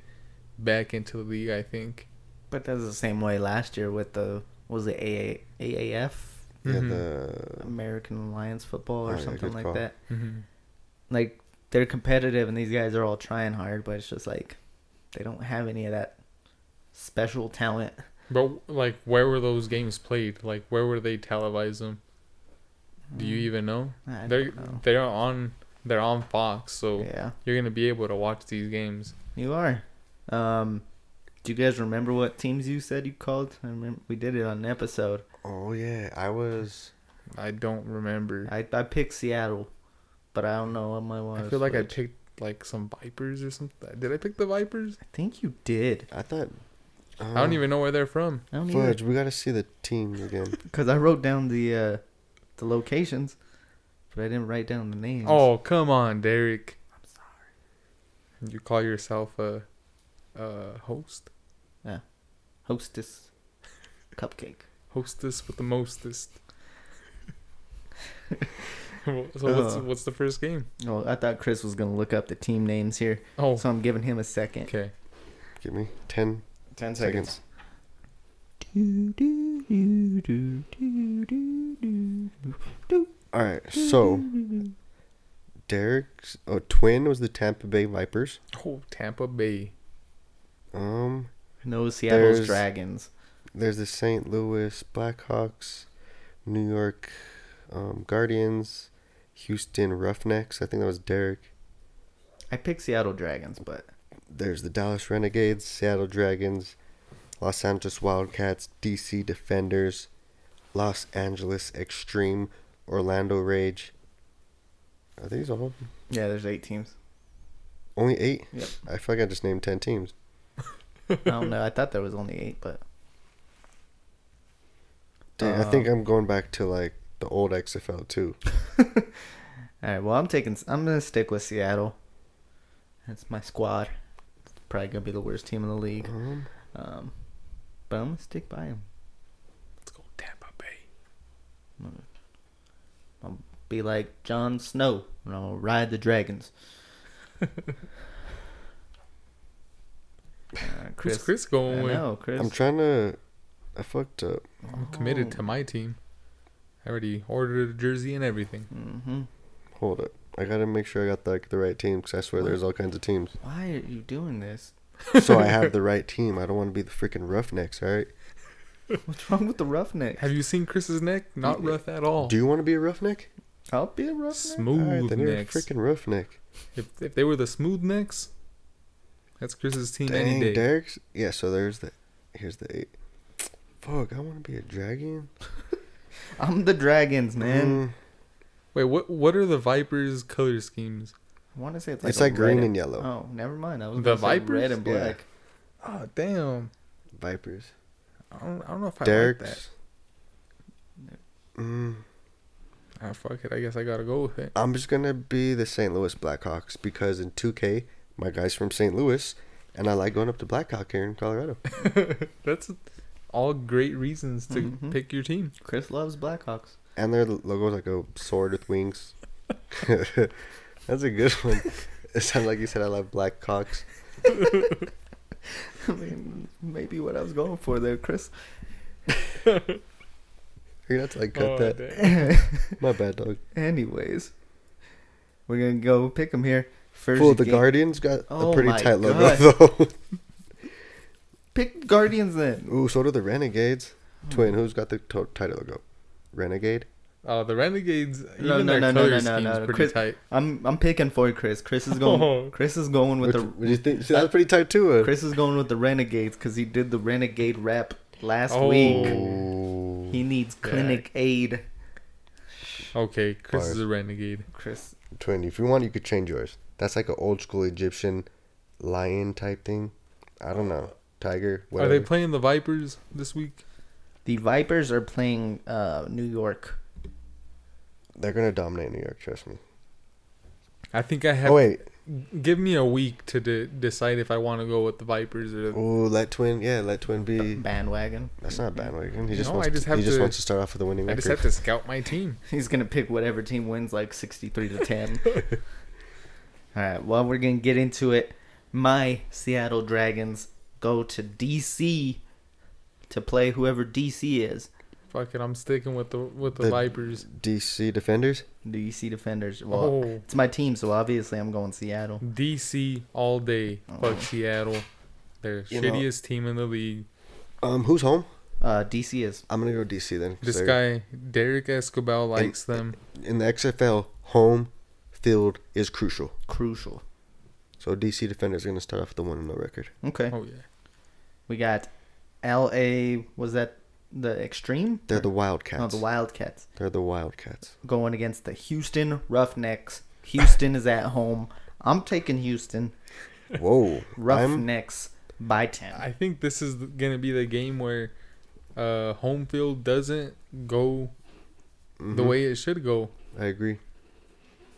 D: back into the league. I think.
C: But that was the same way last year with the what was it AA, AAF
D: Mhm.
E: Yeah, the
C: American Alliance Football
E: Oh,
C: or
E: yeah,
C: something
E: good
C: like
E: call.
C: that.
D: Mhm.
C: Like they're competitive and these guys are all trying hard, but it's just like they don't have any of that special talent.
D: But like, where were those games played? Like, where were they televised? Them? Do you even know?
C: Hmm. I
D: They're
C: don't know.
D: they're on they're on Fox, so
C: Yeah,
D: you're gonna be able to watch these games.
C: you are. Um, do you guys remember what teams you said you called? I remember we did it on an episode.
E: oh yeah, I was
D: I don't remember.
C: I I picked Seattle, but I don't know what my one.
D: I,
C: was
D: feel like I
C: which.
D: picked like some Vipers or something. Did I pick the Vipers?
C: I think you did.
E: I thought. uh,
D: I don't even know where they're from.
C: I don't
E: Fudge, we gotta see the team again.
C: because I wrote down the uh, the locations, but I didn't write down the names.
D: Oh, come on, Derek. I'm sorry. You call yourself a, a host?
C: hostess, cupcake.
D: Hostess with the mostest. Well, so what's
C: Uh.
D: what's the first game?
C: Oh, I thought Chris was gonna look up the team names here,
D: Oh,
C: so I'm giving him a second.
D: okay.
E: Give me ten
C: Ten
E: seconds.
C: Do, do, do, do, do, do, do.
E: All right, so Derek's oh, twin was the Tampa Bay Vipers.
D: Oh, Tampa Bay.
E: Um,
C: No Seattle's
E: There's-
C: Dragons.
E: there's the St. Louis Blackhawks, New York um, Guardians, Houston Roughnecks. I think that was Derek.
C: I picked Seattle Dragons, but
E: There's the Dallas Renegades, Seattle Dragons, Los Angeles Wildcats, DC Defenders, Los Angeles Extreme, Orlando Rage. Are these all?
C: yeah, there's eight teams.
E: Only eight?
C: Yep.
E: I feel like I just named 10 teams.
C: I don't know. I thought there was only eight, but
E: Dang, I think I'm going back to like the old XFL too.
C: all right. Well, I'm taking. I'm gonna stick with Seattle. That's my squad. It's probably gonna be the worst team in the league,
E: Um,
C: um, but I'm gonna stick by him.
D: Let's go Tampa Bay.
C: Be like Jon Snow, and I'll ride the dragons. uh,
D: Who's Chris going
C: I
D: with?
C: know, Chris.
E: I'm trying to. I fucked up.
D: I'm committed to my team. I already ordered a jersey and everything.
C: hmm
E: Hold up. I gotta make sure I got like the right team because I swear there's all kinds of teams.
C: Why are you doing this?
E: So I have the right team. I don't want to be the freaking Roughnecks, all right?
C: What's wrong with the roughneck?
D: Have you seen Chris's neck? Not rough at all.
E: Do you want to be a Roughneck?
C: I'll be a roughneck.
E: All
D: Smooth
E: right, then you're a
D: necks.
E: freaking Roughneck.
D: If, if they were the smooth necks, that's Chris's team any
E: Dang,
D: day.
E: Derek's. Yeah, so there's the. Here's the eight. Fuck, I want to be a dragon.
C: I'm the dragons, man.
E: Mm,
D: Wait, what? What are the Vipers' color schemes?
C: I want to say it's like
E: it's
C: a
E: like green
C: red
E: and yellow.
C: Oh, never mind. I was
D: The
C: the Vipers?
D: Vipers?
C: red and
E: Yeah.
C: black.
D: Oh, damn!
E: Vipers.
D: I don't, I don't know if I like that.
E: Derek's. Mm,
D: Ah, fuck it. I guess I gotta go with it.
E: I'm just gonna be the St. Louis Blackhawks because in 2K, my guy's from St. Louis, and I like going up to Blackhawk here in Colorado.
D: That's all great reasons to
C: Mm-hmm.
D: pick your team.
C: Chris loves Blackhawks.
E: And their logo's like a sword with wings. That's a good one. It sounded like you said I love Blackhawks.
C: I mean, maybe what I was going for there, Chris.
E: You're gonna have to like
D: Oh,
E: cut that. My bad, dog.
C: Anyways, we're gonna go pick him here. First,
E: Cool. The
C: game-
E: Guardians got
C: Oh
E: a pretty
C: my
E: tight logo
C: God.
E: though.
C: Pick Guardians then. Hmm.
E: Ooh, so do the Renegades. Twin, who's got the to- tight logo? Renegade.
D: Oh, the Renegades. Even
C: No, no,
D: their
C: no, no,
D: color
C: no, no,
D: scheme's
C: no.
D: pretty
C: Chris,
D: tight.
C: I'm I'm picking for Chris. Chris is going.
D: Oh.
C: Chris is going with
E: What,
C: the.
E: what do you think? See, that's pretty tight too. uh,
C: Chris is going with the Renegades because he did the Renegade rap last
D: Oh.
C: week.
E: Ooh.
C: He needs clinic aid.
D: Okay, Chris
E: Fire.
D: is a renegade.
C: Chris,
E: Twin, if you want, you could change yours. That's like an old school Egyptian lion type thing. I don't know. Tiger. Whatever.
D: Are they playing the Vipers this week?
C: the Vipers are playing uh, New York.
E: They're gonna dominate New York. Trust me.
D: I think I have.
E: Oh wait.
D: Give me a week to de- decide if I want to go with the Vipers or the.
E: Ooh, let Twin. Yeah, let Twin be.
C: Bandwagon.
E: That's not bandwagon. He just
D: No,
E: wants.
D: I just
E: to,
D: have
E: he just
D: to-
E: wants to start off with a winning
D: I
E: record.
D: just have to scout my team.
C: He's gonna pick whatever team wins, like sixty-three to ten. All right. Well, we're gonna get into it. My Seattle Dragons go to DC to play whoever DC is.
D: Fuck it, I'm sticking with the with the,
E: The-
D: Vipers.
E: DC Defenders.
C: DC Defenders. Well,
D: Oh.
C: it's my team, so obviously I'm going Seattle.
D: DC all day. Fuck Seattle. They're
E: Oh. You know-
D: shittiest team in the league.
E: Um, who's home?
C: Uh, DC is
E: I'm gonna go DC then. 'cause
D: This
E: they're-
D: guy Derek Escobar likes them.
E: in the XFL, home field is crucial.
C: crucial.
E: So DC Defenders are gonna start off with the one and no record.
C: Okay.
D: Oh yeah.
C: We got LA. Was that the Extreme?
E: They're the Wildcats.
C: No, the Wildcats
E: They're the Wildcats.
C: going against the Houston Roughnecks. Houston is at home. I'm taking Houston
E: Whoa. I'm,
C: Roughnecks by ten.
D: I think this is gonna be the game where uh, home field doesn't go
E: Mm-hmm.
D: the way it should go.
E: I agree.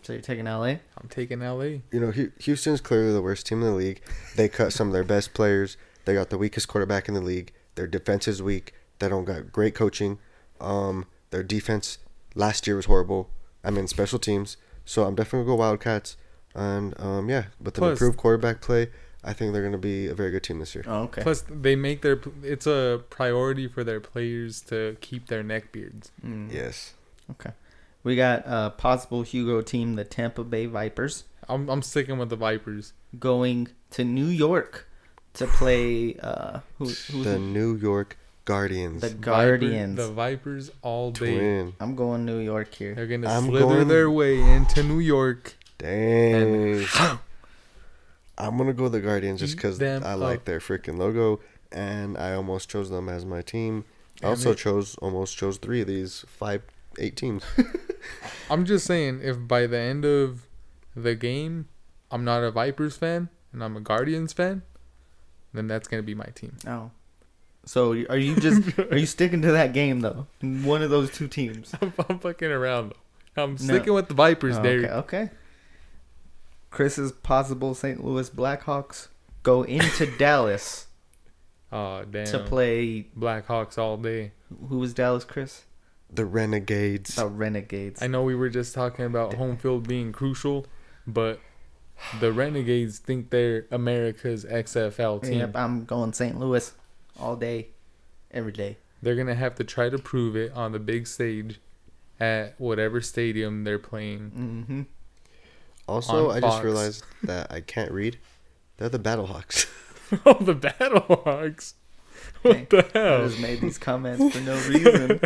C: so you're taking LA.
D: I'm taking LA.
E: You know, Hu- Houston's clearly the worst team in the league. They cut some of their best players. They got the weakest quarterback in the league. Their defense is weak. They don't got great coaching. Um, their defense last year was horrible. I mean, special teams. So I'm definitely gonna go Wildcats. And um, yeah, with an
D: Plus-
E: improved quarterback play, I think they're gonna be a very good team this year.
C: Oh, okay.
D: Plus, they make their it's a priority for their players to keep their neck beards.
E: Yes.
C: Okay. We got a possible Hugo team, the Tampa Bay Vipers,
D: I'm I'm sticking with the Vipers.
C: going to New York to play uh who, who's
E: The New York Guardians.
C: the
E: The
C: Guardians.
D: Viper- the Vipers all day.
E: Twin.
C: I'm going New York here.
D: They're gonna
E: I'm
D: slither
E: going-
D: their way into New York.
E: Dang. I'm gonna go the Guardians just
D: Eat
E: because
D: them
E: I like
D: up.
E: their freaking logo, and I almost chose them as my team. I
D: Damn
E: also
D: it.
E: chose almost chose three of these five eight teams.
D: I'm just saying, if by the end of the game, I'm not a Vipers fan and I'm a Guardians fan, then that's gonna be my team.
C: Oh. So are you just are you sticking to that game though? One of those two teams.
D: I'm, fucking around though. I'm sticking with the Vipers,
C: Oh,
D: Derek.
C: okay, okay. Chris's possible St. Louis Blackhawks go into Dallas
D: Oh damn.
C: to play
D: Blackhawks all day.
C: who was Dallas Chris?
E: the Renegades.
C: The Renegades.
D: I know we were just talking about home field being crucial, but the Renegades think they're America's XFL team.
C: Yep, I'm going St. Louis all day, every day.
D: They're gonna have to try to prove it on the big stage at whatever stadium they're playing.
C: Mm-hmm.
E: Also,
D: on
E: I just
D: Fox.
E: realized that I can't read. They're the Battlehawks.
D: oh, the Battlehawks. What the
C: I
D: hell?
C: just made these comments for no reason.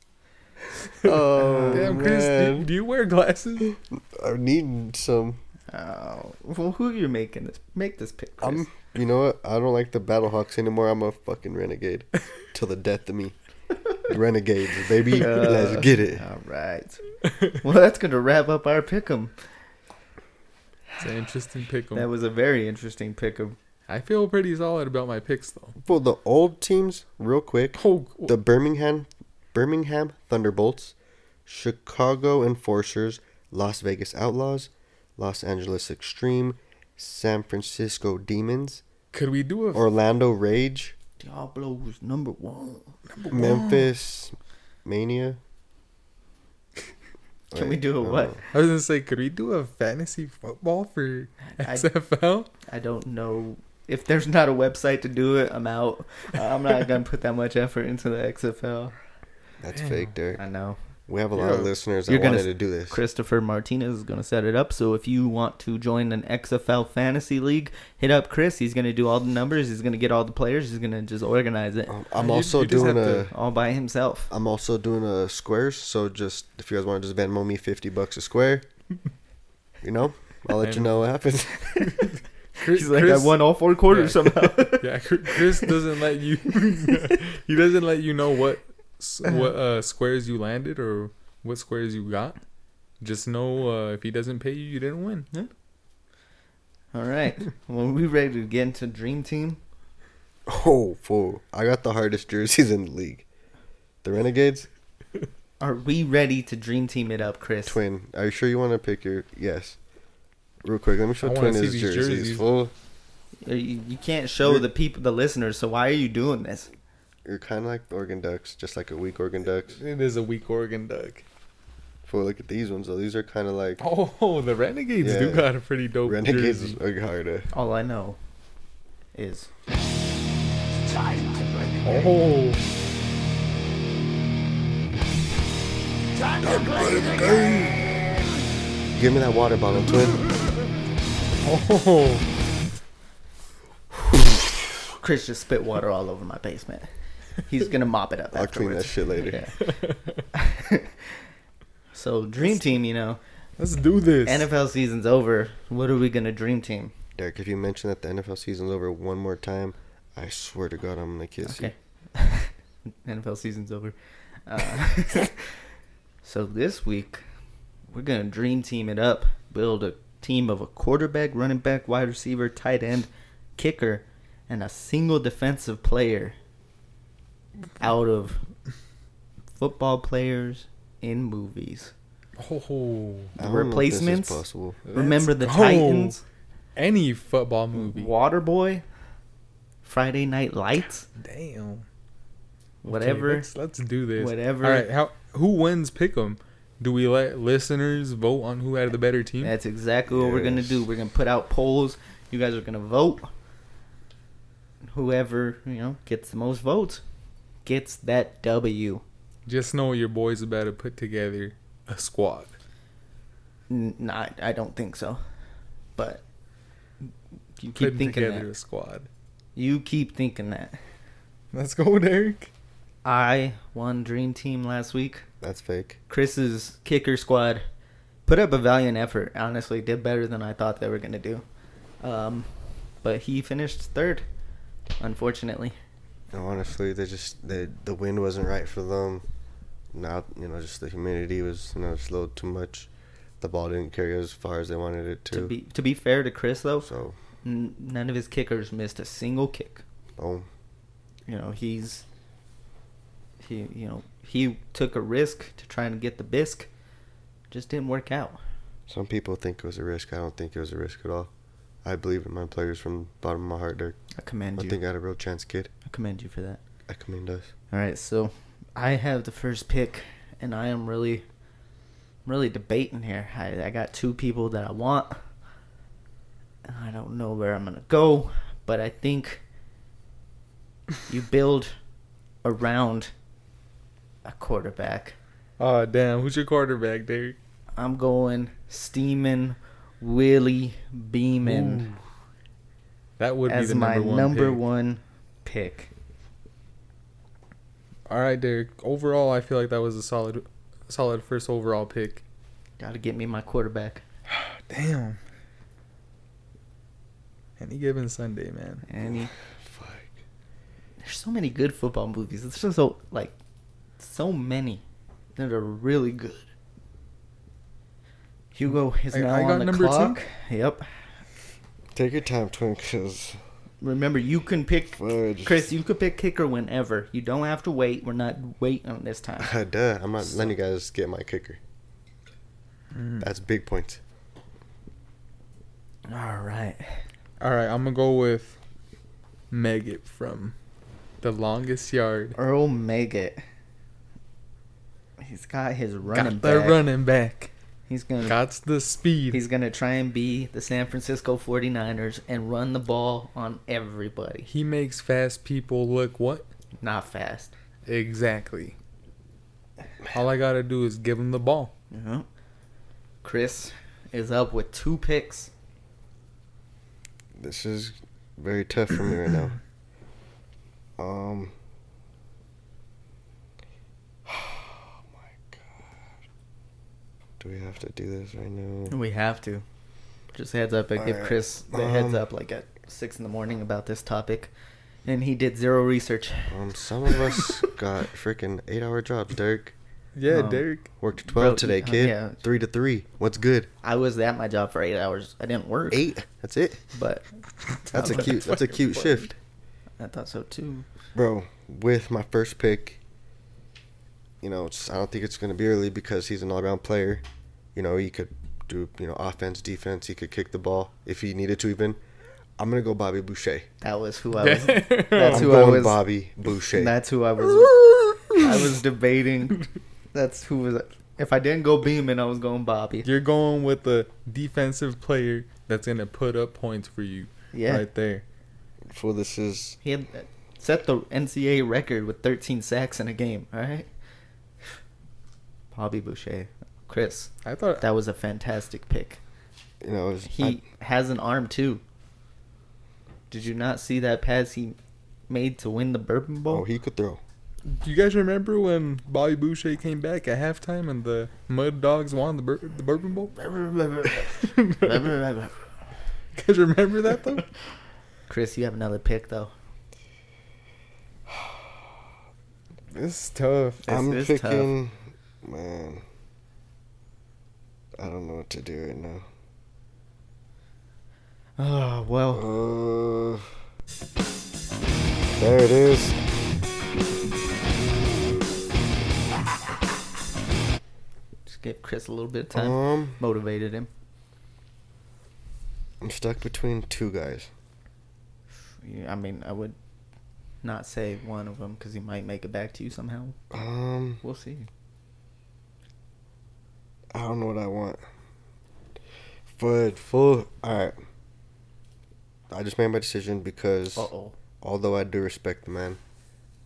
E: oh
D: Damn, Chris, do, do you wear glasses?
E: I need some.
C: Oh, well, who are you making this? Make this pick, Chris.
E: I'm. You know what? I don't like the Battlehawks anymore. I'm a fucking renegade, till the death of me. Renegades, baby. Let's get it.
C: All right. Well, that's going to wrap up our pick 'em.
D: It's an interesting pick 'em.
C: That was a very interesting pick 'em.
D: I feel pretty solid about my picks though.
E: Well, the old teams, real quick.
D: Oh,
E: The Birmingham, Birmingham Thunderbolts, Chicago Enforcers, Las Vegas Outlaws, Los Angeles Extreme, San Francisco Demons,
D: could we do a
E: Orlando Rage,
C: Diablo's number one.
E: Memphis Mania.
C: Can
E: Wait,
C: we do a
E: no.
C: what?
D: I was gonna say, could we do a fantasy football for
C: I-
D: XFL?
C: I don't know. If there's not a website to do it, I'm out. I'm not going to put that much effort into the XFL.
E: That's fake, Derek.
C: I know.
E: We have a lot of
D: Yeah.
E: listeners
C: You're
E: that
C: gonna
E: wanted
C: s-
E: to do this.
C: Christopher Martinez is going to set it up. So if you want to join an XFL fantasy league, hit up Chris. He's going to do all the numbers. He's going to get all the players. He's going to just organize it
E: Um, I'm
D: You-
E: also
D: you just
E: doing
D: have
E: a.
D: to-
C: all by himself.
E: am also doing a squares. So just if you guys want to just Venmo me fifty bucks a square, you know, I'll let you know what happens.
D: Chris,
C: He's like,
D: Chris,
C: I won all four quarters
D: Yeah.
C: somehow.
D: yeah, Chr- Chris doesn't let you. he doesn't let you know what s- what uh, squares you landed or what squares you got. Just know uh, if he doesn't pay you, you didn't win.
C: all right. Well, we ready to get into Dream Team?
E: oh, fool! I got the hardest jerseys in the league. The Renegades
C: Are we ready to Dream Team it up, Chris?
E: twin. Are you sure you want to pick your yes? Real quick, let me
D: I
E: show
D: wanna
E: twin
D: see
E: his
D: these
E: jerseys.
D: jerseys.
E: Fool,
C: You, you can't show the people, the listeners. So why are you doing this?
E: you're kind of like Oregon Ducks, just like a weak Oregon Ducks.
D: It is a weak Oregon duck.
E: Fool, look at these ones though. These are kind of like
D: Oh, the Renegades do
E: Yeah.
D: got a pretty dope
E: Renegades
D: jersey.
E: are harder.
C: All I know is
F: Time to renegade.
D: Oh,
F: Time to play the game.
E: Give me that water bottle, twin.
D: oh,
C: Chris just spit water all over my basement. He's gonna mop it up.
E: I'll clean
C: afterwards.
E: that shit later.
C: Yeah. so dream team, you know,
D: let's do this.
C: NFL season's over. What are we gonna dream team?
E: Derek, if you mention that the NFL season's over one more time, I swear to God, I'm gonna kiss
C: Okay. NFL season's over. Uh, so this week, we're gonna dream team it up. Build a team of a quarterback, running back, wide receiver, tight end, kicker, and a single defensive player out of football players in movies.
D: oh,
E: you. I don't know if this is
C: Replacements?
E: possible.
C: Remember the
D: go.
C: Titans,
D: any football movie.
C: Waterboy, Friday Night Lights,
D: Damn. Okay,
C: whatever.
D: let's, let's do this.
C: whatever.
D: All right. How? Who wins? Pick 'em. Do we let listeners vote on who had the better team?
C: That's exactly what we're gonna do.
E: Yes.
C: We're gonna put out polls. You guys are gonna vote. Whoever you know gets the most votes gets that W.
D: Just know your boys about to put together a squad.
C: N- Not, I don't think so, but you keep
D: Putting
C: thinking
D: together a
C: that.
D: squad.
C: You keep thinking that.
D: Let's go, Derek.
C: I won Dream Team last week.
E: That's fake.
C: Chris's kicker squad put up a valiant effort. Honestly, did better than I thought they were gonna do. Um, but he finished third, unfortunately.
E: No, honestly, they just they, the wind wasn't right for them. Not you know, just the humidity was you know just a little too much. The ball didn't carry as far as they wanted it to.
C: To be to be fair to Chris though,
E: so
C: n- none of his kickers missed a single kick.
E: boom.
C: You know he's he you know he took a risk to try and get the bisque, just didn't work out.
E: Some people think it was a risk. I don't think it was a risk at all. I believe in my players from the bottom of my heart, Derek.
C: I commend
E: I
C: you.
E: think I had a real chance, kid.
C: I commend you for that.
E: I commend us.
C: All right, so I have the first pick, and I am really, really debating here. I, I got two people that I want. and I don't know where I'm gonna go, but I think you build around a quarterback.
D: Oh damn! Who's your quarterback, Derek?
C: I'm going steaming Willie Beeman
D: That would be
C: as
D: the
C: my
D: number one.
C: number
D: pick.
C: one pick.
D: All right, Derek. Overall, I feel like that was a solid, solid first overall pick.
C: Gotta get me my quarterback.
D: Damn. Any given Sunday, man.
C: Any There's so many good football movies. There's just so like so many that are really good. Hugo is
D: I-
C: now
D: I got
C: on the
D: number two?
C: clock. Yep.
E: Take your time, twin, cause
C: Remember, you can pick
E: Fudge.
C: Chris. You could pick kicker whenever. You don't have to wait. We're not waiting on this time.
E: duh, I'm not letting you guys get my kicker.
C: Mm.
E: That's big points.
C: All right.
D: All right, I'm gonna go with Meggett from The Longest Yard.
C: Earl Meggett. He's got his running
D: Got the
C: back.
D: running back.
C: He's gonna
D: Got the speed.
C: he's gonna try and be the San Francisco 49ers and run the ball on everybody.
D: He makes fast people look what?
C: Not fast.
D: Exactly. All I gotta do is give him the ball.
E: Uh-huh.
C: Yeah. Chris is up with two picks.
E: This is very tough for me right now. Um. Oh my god. Do we have to do this right now?
C: We have to. Just heads up. I give
E: Alright.
C: Chris the heads
E: Um,
C: up like at six in the morning about this topic, and he did zero research.
E: Um, some of us got freaking eight-hour jobs, Derek.
D: Yeah,
C: Um,
D: Derek.
E: Worked to twelve
C: Bro,
E: today,
C: uh,
E: kid.
C: yeah.
E: Three to three. What's good?
C: I was at my job for eight hours. I didn't work.
E: Eight. That's it.
C: but
E: That's a
C: I'm
E: cute. That's a
D: fucking
E: cute
D: funny.
E: shift,
C: I thought so too.
E: bro. With my first pick, you know, it's, I don't think it's gonna be early because he's an all-around player. You know, he could do you know offense, defense. He could kick the ball if he needed to. Even, I'm gonna go Bobby Boucher.
C: That was who I was.
E: I'm
C: That's who I
E: going
C: was.
E: Bobby Boucher.
C: That's who I was. I was debating. That's who was. If I didn't go Beeman, I was going Bobby.
D: You're going with a defensive player that's gonna put up points for you.
C: Yeah.
D: Right there.
E: Fool, this is
C: He had uh, set the NCAA record with 13 sacks in a game. All right. Bobby Boucher, Chris,
D: I thought
C: that was a fantastic pick.
E: you know it's-
C: He has an arm too. Did you not see that pass he made to win the Bourbon
E: I,
C: Bowl?
E: oh, he could throw.
D: Do you guys remember when Bobby Boucher came back at halftime and the Mud Dogs won the, bur- the Bourbon Bowl? you guys remember that though?
C: Chris, you have another pick though.
D: This is tough.
E: I'm
C: is tough.
E: picking, man. I don't know what to do right now.
C: Oh well. Oh.
E: Uh, there it is.
C: Just give Chris a little bit of time.
E: Um,
C: Motivated him.
E: I'm stuck between two guys.
C: Yeah, I mean, I would not say one of them because he might make it back to you somehow.
E: Um,
C: We'll see.
E: I don't know what I want. But full. All right. I just made my decision because
C: Uh oh.
E: although I do respect the man,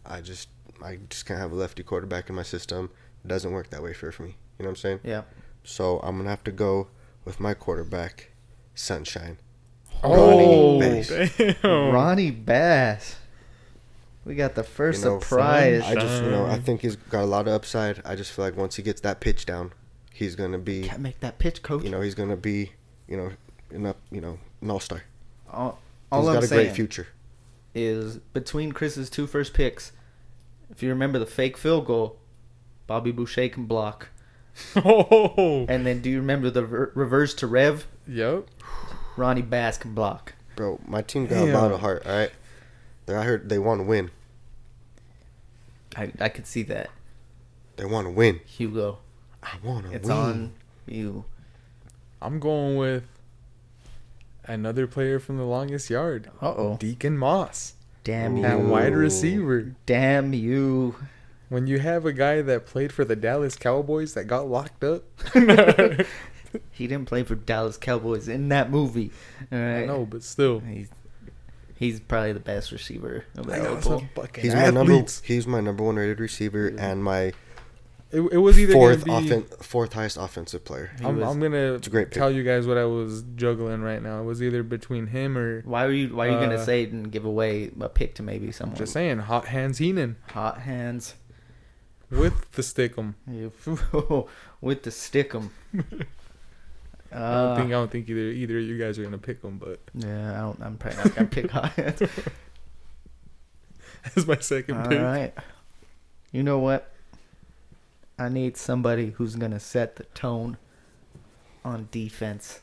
E: I just I just can't have a lefty quarterback in my system. It doesn't work that way for, for me. You know what I'm saying?
C: Yeah.
E: So I'm gonna have to go with my quarterback, Sunshine.
D: Oh,
E: Ronnie Bass. Oh.
D: damn.
C: Ronnie Bass. We got the first
E: You know,
C: surprise.
E: I just you know I think he's got a lot of upside. I just feel like once he gets that pitch down, he's gonna be
C: Can't make that pitch, coach.
E: you know he's gonna be you know an up you know an all star.
C: all all
E: He's
C: I'm
E: got a
C: saying
E: great future.
C: is between Chris's two first picks, if you remember the fake field goal, Bobby Boucher can block.
D: Oh.
C: And then do you remember the ver- reverse to Rev?
D: Yep.
C: Ronnie Bass can block.
E: Bro, my team got a lot of heart. All right, they I heard they want to win.
C: I, I could see that.
E: They want to win.
C: Hugo,
E: I want to win.
C: it's on you.
D: I'm going with another player from the longest yard,
C: Uh oh.
D: Deacon Moss,
C: Damn you.
D: that wide receiver.
C: Damn you.
D: When you have a guy that played for the Dallas Cowboys that got locked up.
C: He didn't play for Dallas Cowboys in that movie. All right.
D: I know, but still.
C: He's, he's probably the best receiver available.
E: He's
D: He's
E: my number.
D: athletes.
E: He's my number one rated receiver and my
D: It, it was either
E: fourth
D: gonna be,
E: offen- fourth highest offensive player.
C: He
D: I'm,
C: was-
D: I'm gonna
E: a great pick.
D: tell you guys what I was juggling right now. It was either between him or
C: Why are you Why are you
D: Uh,
C: gonna say it and give away a pick to maybe someone?
D: just saying Hot Hands Heenan
C: hot hands
D: with the Stickum.
C: You fool. with the stickum.
D: I don't think I
C: Uh,
D: don't think either either of you guys are gonna pick him, but
C: yeah, I don't, I'm probably not gonna pick hot hands.
D: that's my second
C: All
D: pick.
C: right. You know what? I need somebody who's gonna set the tone on defense,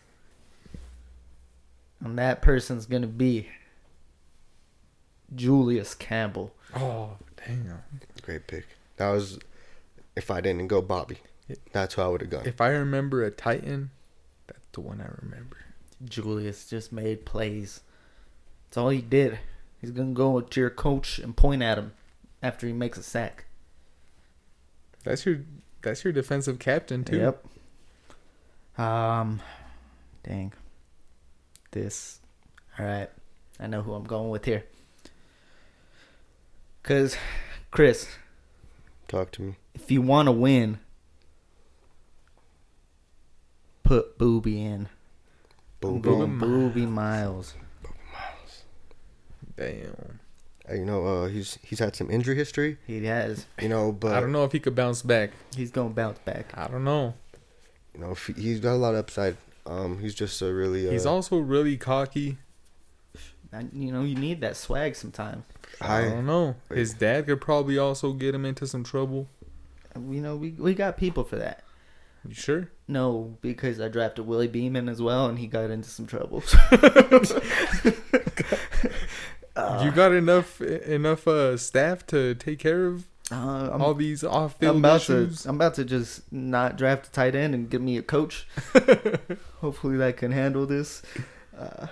C: and that person's gonna be Julius Campbell.
D: Oh damn!
E: Great pick. That was if I didn't go Bobby. That's who I would have gone.
D: If I remember a Titan, that's the one I remember.
C: Julius just made plays. That's all he did. He's gonna go to your coach and point at him after he makes a sack.
D: That's your that's your defensive captain too.
C: Yep. Um, dang. This. All right. I know who I'm going with here. Cause, Chris,
E: Talk to me.
C: if you want to win, put Booby in. I'm
E: Boom.
C: going Booby Miles.
D: Damn.
E: Uh, You know, uh, he's he's had some injury history.
C: He has.
E: You know,
D: I
E: but
D: don't know if he could bounce back.
C: He's gonna bounce back.
D: I don't know.
E: you know if he- he's got a lot of upside. Um, he's just a really uh,
D: He's also really cocky.
C: And, you know, you need that swag sometimes.
D: I,
E: high.
D: don't know. His dad could probably also get him into some trouble.
C: You know, we we got people for that.
D: You sure?
C: No, because I drafted Willie Beeman as well, and he got into some trouble. Uh,
D: you got enough enough uh, staff to take care of
C: Uh, I'm,
D: all these off
C: I'm
D: field
C: about
D: issues.
C: to I'm about to just not draft a tight end and give me a coach. Hopefully, that can handle this. Uh,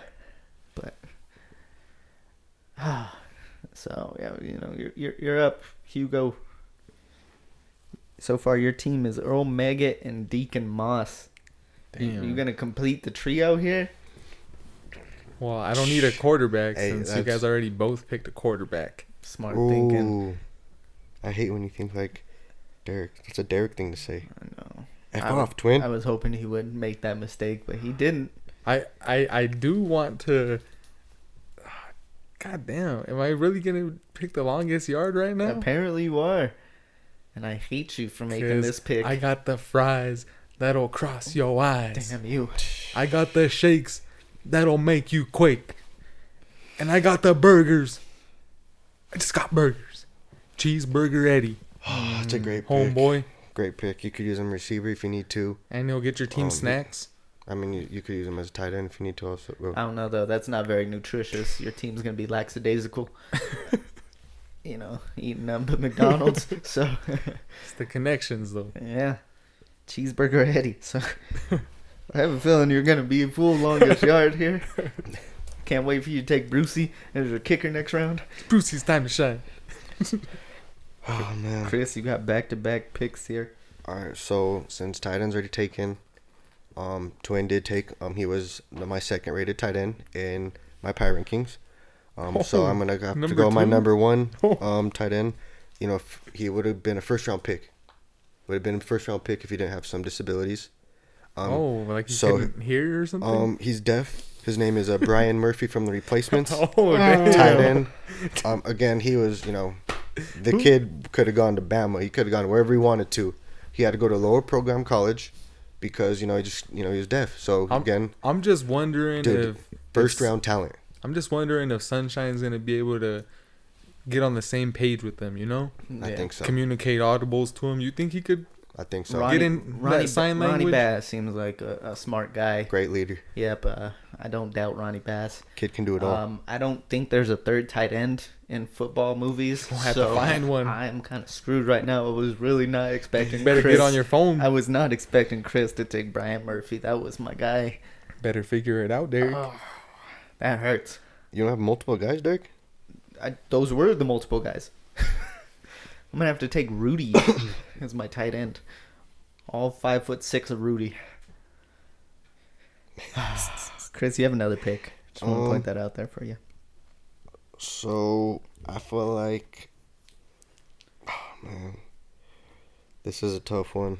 C: but so yeah, you know you're, you're you're up, Hugo. So far, your team is Earl Meggett and Deacon Moss. You,
D: Damn.
C: you gonna complete the trio here?
D: well, I don't need a quarterback
E: Hey,
D: since you
E: that's-
D: guys already both picked a quarterback.
C: Smart thinking.
E: Ooh, I hate when you think like Derek. That's a Derek thing to say.
C: I know.
E: F
C: I-
E: off, twin.
C: I was hoping he wouldn't make that mistake, but he didn't.
D: I I I do want to. Ah, God damn! Am I really gonna pick the longest yard right now?
C: Apparently, you are. And I hate you for making
D: 'Cause
C: this pick.
D: I got the fries that'll cross your eyes.
C: Damn you.
D: I got the shakes that'll make you quake. And I got the burgers. I just got burgers. Cheeseburger Eddie,
E: that's a great pick.
D: homeboy,
E: Great pick. You could use him receiver if you need to.
D: and he'll get your team
E: Um,
D: snacks.
E: I mean, you, you could use him as a tight end if you need to. Also, well,
C: I don't know though. That's not very nutritious. Your team's gonna be lackadaisical. you know, eating up at McDonald's. so
D: It's the connections though.
C: yeah, cheeseburger Eddie. So I have a feeling you're gonna be full longest yard here. Can't wait for you to take Brucey as your kicker next round.
D: Brucey's time to shine.
E: oh man.
C: Chris, you got back to back picks here.
E: All right, so since tight end's already taken, um, Twin did take. Um, he was the- my second rated tight end in my power rankings. Um, so
D: Oh,
E: I'm gonna have to
D: number
E: go my
D: two? Oh.
E: number one um tight end. You know, if he would have been a first round pick. Would have been a first round pick if he didn't have some disabilities. Um,
D: oh, like you
E: so-
D: couldn't hear or something.
E: Um, he's deaf. His name is uh, Brian Murphy from the Replacements.
D: oh, damn.
E: tight end. Hmm? Um, again, he was, you know, the kid could have gone to Bama. He could have gone wherever he wanted to. He had to go to lower program college because you know he just you know he was deaf. So
D: I'm,
E: again,
D: I'm just wondering
E: dude,
D: if
E: first
D: it's-
E: round talent.
D: I'm just wondering if Sunshine's gonna be able to get on the same page with them. You know,
E: I think so.
D: communicate audibles to him. You think he could?
E: I think so.
D: Get in that sign
C: Ronnie
D: language.
C: Bass seems like a, a smart guy.
E: Great leader.
C: Yep, uh, I don't doubt Ronnie Bass.
E: Kid can do it all.
C: Um, I don't think there's a third tight end in football movies. We'll
D: have to find one.
C: I'm kind of screwed right now. I was really not expecting.
D: Better
C: Chris.
D: get on your phone.
C: I was not expecting Chris to take Brian Murphy. That was my guy.
D: Better figure it out, Derek.
C: That hurts.
E: you don't have multiple guys, Derek.
C: I, those were the multiple guys. I'm gonna have to take Rudy as my tight end. All five foot six of Rudy. Chris, you have another pick. Just want to
E: Um,
C: point that out there for you.
E: So I feel like, oh man, this is a tough one.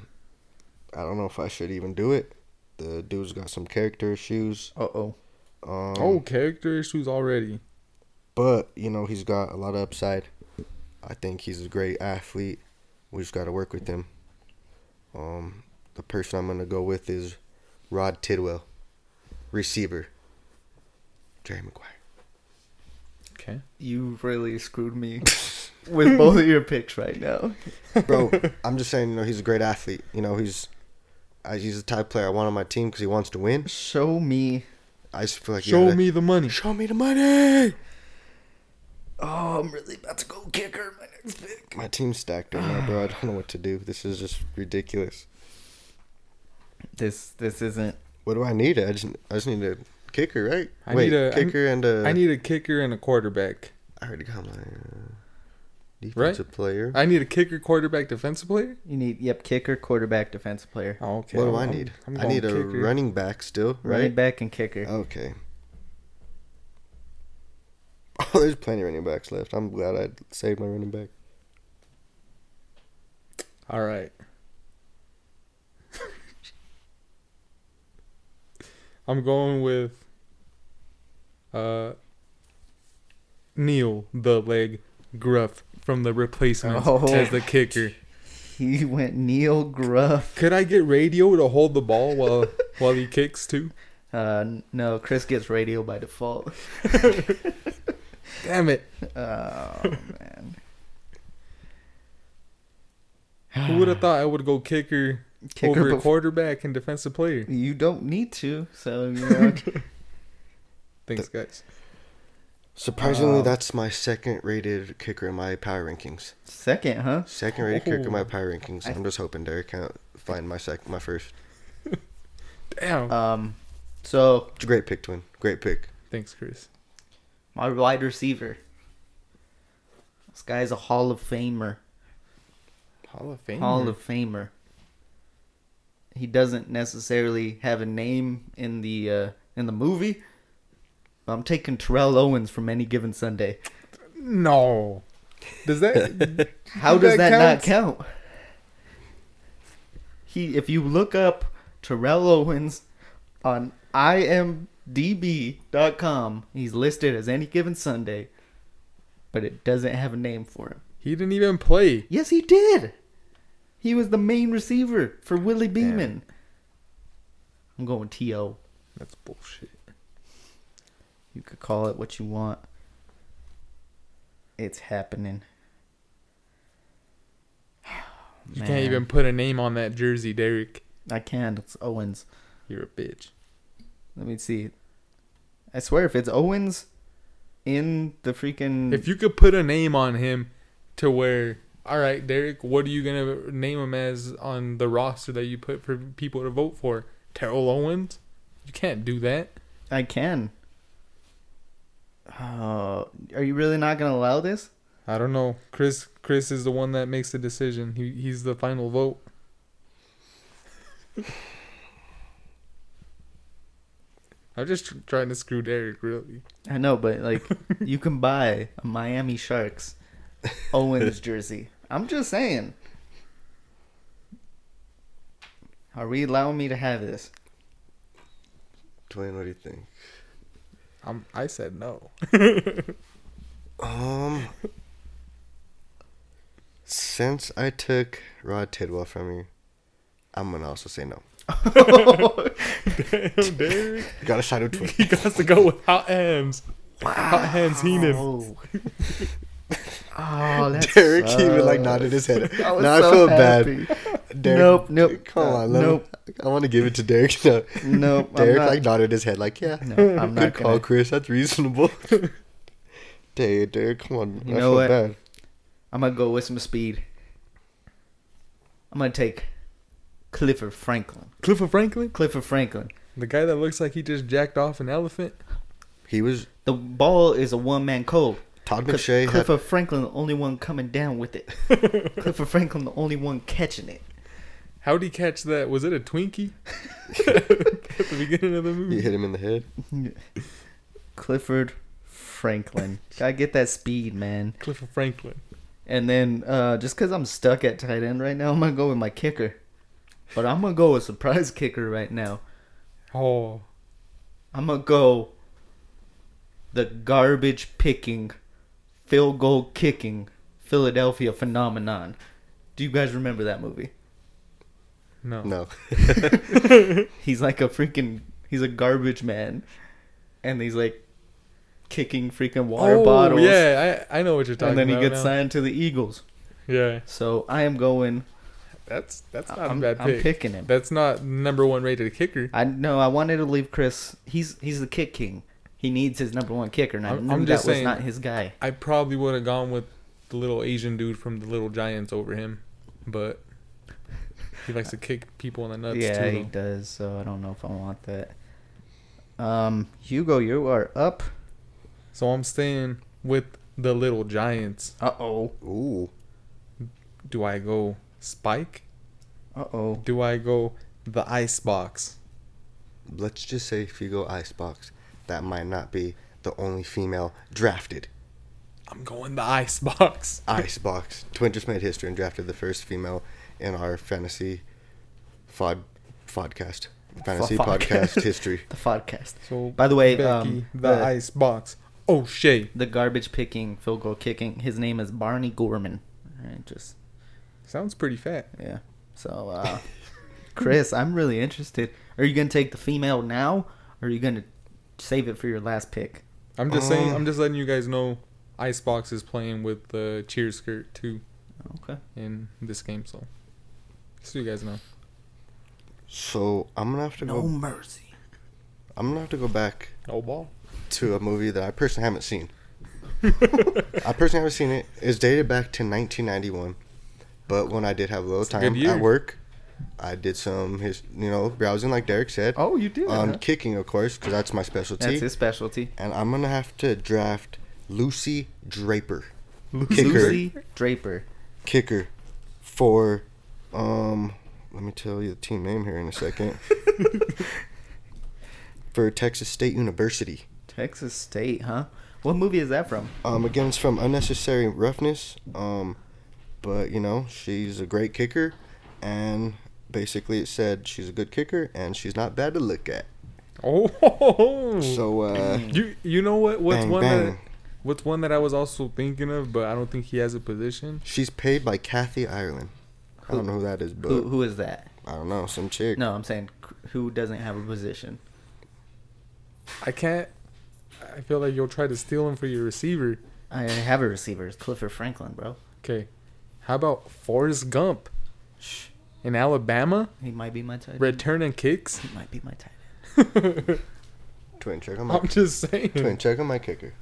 E: I don't know if I should even do it. The dude's got some character issues.
C: Uh oh.
E: Um,
D: oh, character issues already.
E: But you know he's got a lot of upside. I think he's a great athlete. We just got to work with him. Um, the person I'm gonna go with is Rod Tidwell, receiver. Jerry McGuire.
D: Okay.
C: You really screwed me with both of your picks right now.
E: Bro, I'm just saying, you know, he's a great athlete. You know, he's I, he's the type of player I want on my team because he wants to win.
C: Show me.
E: I just feel like you
D: Show
E: gotta-
D: me the money.
E: show me the money.
C: Oh, I'm really about to go kicker my next pick.
E: My team's stacked right now, bro. I don't know what to do. This is just ridiculous.
C: This this isn't.
E: What do I need? I just I just need a kicker, right?
D: I
E: Wait,
D: need a- I
E: kicker and a.
D: Uh, I need a kicker and a quarterback.
E: I already got my uh, defensive player.
D: I need a kicker, quarterback, defensive player.
C: You need yep kicker, quarterback, defensive player,
D: Oh, okay.
E: what do I
D: I'm-
E: need?
D: I'm
E: I
D: going
E: need a
D: kicker.
E: running back still,
C: running
E: right?
C: back, and kicker.
E: Okay. Oh, there's plenty of running backs left. I'm glad I saved my running back.
D: All right. I'm going with uh Neil the leg gruff from the replacement
C: Oh.
D: as the kicker.
C: He went Neil Gruff.
D: Could I get radio to hold the ball while while he kicks too?
C: Uh, no, Chris gets radio by default.
D: Damn it.
C: Oh man,
D: Who would have thought I would go kicker,
C: Kicker
D: over
C: bef-
D: quarterback and defensive player?
C: you don't need to. So you know,
D: Thanks guys.
E: Surprisingly, that's my second rated kicker in my power rankings.
C: second, huh?
E: Second rated kicker in
D: Oh.
E: my power rankings. I'm just hoping Derek can't find my sec my first.
D: Damn.
C: Um, so
E: It's a great pick, twin. Great pick.
D: Thanks, Chris.
C: my wide receiver. This guy's a Hall of Famer.
D: Hall of Fame.
C: Hall of Famer. He doesn't necessarily have a name in the uh, in the movie. I'm taking Terrell Owens from any given Sunday.
D: No. Does that
C: How
D: That
C: does that not count? He, if you look up Terrell Owens on imdb.com, he's listed as any given Sunday, but it doesn't have a name for him.
D: he didn't even play?
C: Yes, he did. He was the main receiver for Willie Beeman. I'm going T.O.
D: That's bullshit.
C: You could call it what you want. It's happening.
D: You can't even put a name on that jersey, Derek.
C: I can. It's Owens.
D: You're a bitch.
C: Let me see. I swear, if it's Owens in the freaking.
D: If you could put a name on him to where, all right, Derek, what are you gonna name him as on the roster that you put for people to vote for? Terrell Owens? You can't do that.
C: I can. Oh, are you really not going to allow this?
D: I don't know. Chris Chris is the one that makes the decision. He he's the final vote. I'm just tr- trying to screw Derek, really.
C: I know, but like, you can buy a Miami Sharks Owens jersey. I'm just saying. Are we allowing me to have this?
E: Dwayne, what do you think?
D: I'm, I said no.
E: Um, since I took Rod Tidwell from you, I'm gonna also say no.
D: Damn, Derek.
E: Got a side of twin.
D: He got to go with hot hands. Hot hands Heenan.
C: Oh. oh, that's
E: Derek even like nodded his head.
C: I
E: Now
C: was
E: I
C: so
E: feel
C: happy.
E: bad. Derek,
C: Nope, nope,
E: Come
C: uh,
E: on, let
C: nope.
E: him- I want to give it to Derek. No,
C: Nope, I'm
E: Derek
C: not-
E: like nodded his head, like yeah.
C: No, I'm
E: Good
C: not
E: call,
C: gonna-
E: Chris. That's reasonable. Dude, Derek, come on.
C: You know
E: I feel
C: what?
E: bad.
C: I'm gonna go with some speed. I'm gonna take Clifford Franklin.
D: Clifford Franklin?
C: Clifford Franklin.
D: The guy that looks like he just jacked off an elephant?
E: He was
C: The ball is a one man code.
E: Todd
C: Cl-
E: McShay. had-
C: Clifford Franklin, the only one coming down with it. Clifford Franklin, the only one catching it.
D: How'd he catch that? Was it a Twinkie? At the beginning of the movie.
E: you hit him in the head.
C: Clifford Franklin. Gotta get that speed, man.
D: Clifford Franklin.
C: And then uh, just because I'm stuck at tight end right now, I'm gonna go with my kicker. But I'm gonna go with surprise kicker right now.
D: Oh.
C: I'm gonna go the garbage picking, field goal kicking Philadelphia phenomenon. Do you guys remember that movie?
D: No.
E: No.
C: He's like a freaking he's a garbage man, and he's like kicking freaking water
D: oh,
C: bottles.
D: Yeah, I, I know what you're talking
C: And
D: about.
C: then he gets
D: now.
C: signed to the Eagles.
D: Yeah,
C: So I am going.
D: that's that's not
C: I'm,
D: a bad
C: I'm
D: pick.
C: picking him.
D: That's not number one rated kicker.
C: I no. I wanted to leave Chris. He's he's the kick king. He needs his number one kicker, and I
D: I'm-
C: knew
D: I'm
C: that
D: just
C: was
D: saying-
C: not his guy.
D: I probably would have gone with the little Asian dude from the Little Giants over him, but he likes to kick people in the nuts
C: yeah, he
D: too. though.
C: does. So I don't know if I want that. Um, Hugo, you are up.
D: So I'm staying with the Little Giants.
C: Uh oh.
E: Ooh.
D: Do I go Spike?
C: Uh oh.
D: Do I go the Icebox?
E: Let's just say if you go Icebox, that might not be the only female drafted.
D: I'm going the Icebox.
E: Icebox. Twin just made history and drafted the first female in our fantasy fod podcast, fantasy
C: Fuck.
E: podcast history.
C: The podcast.
D: So
C: By the way,
D: Becky,
C: um,
D: the
C: the-
D: ice box. Oh shit!
C: The garbage picking, field goal kicking. His name is Barney Gorman. All right, just
D: Sounds pretty fat.
C: yeah. So, uh, Chris, I'm really interested. Are you gonna take the female now, or are you gonna save it for your last pick?
D: I'm just saying.
C: Uh,
E: Um,
D: I'm just letting you guys know. Icebox is playing with the cheer skirt too
C: Okay.
D: in this game, so so you guys know.
E: So I'm gonna have to go.
C: mercy.
E: I'm gonna have to go back
D: No ball.
E: to a movie that I personally haven't seen. I personally haven't seen it. It's dated back to 1991, but when I did have a little
D: a
E: time
D: good year.
E: at work, I did some his you know browsing like Derek said
C: Oh, you did.
E: on
C: huh?
E: kicking of course because that's my specialty.
C: That's his specialty.
E: And I'm gonna have to draft Lucy Draper, Kicker.
C: Lucy Draper.
E: kicker, for um. Let me tell you the team name here in a second. for Texas State University.
C: Texas State, huh? What movie is that from?
E: Um, again, it's from unnecessary roughness. Um, but you know, she's a great kicker, and basically it said she's a good kicker and she's not bad to look at.
D: Oh,
E: So uh,
D: you you know what? What's
E: bang
D: one
E: bang.
D: that what's one that I was also thinking of, but I don't think he has a position.
E: She's paid by Kathy Ireland. I don't know who that is, but
C: Who, who is that?
E: I don't know some chick.
C: No, I'm saying who doesn't have a position.
D: I can't. I feel like you'll try to steal him for your receiver.
C: I have a receiver. It's Clifford Franklin, bro.
D: Okay, how about Forrest Gump in Alabama?
C: He might be my tight. end.
D: Return and kicks.
C: He might be my tight. end.
E: Twin check on my
D: I'm just saying.
E: twin check on my kicker.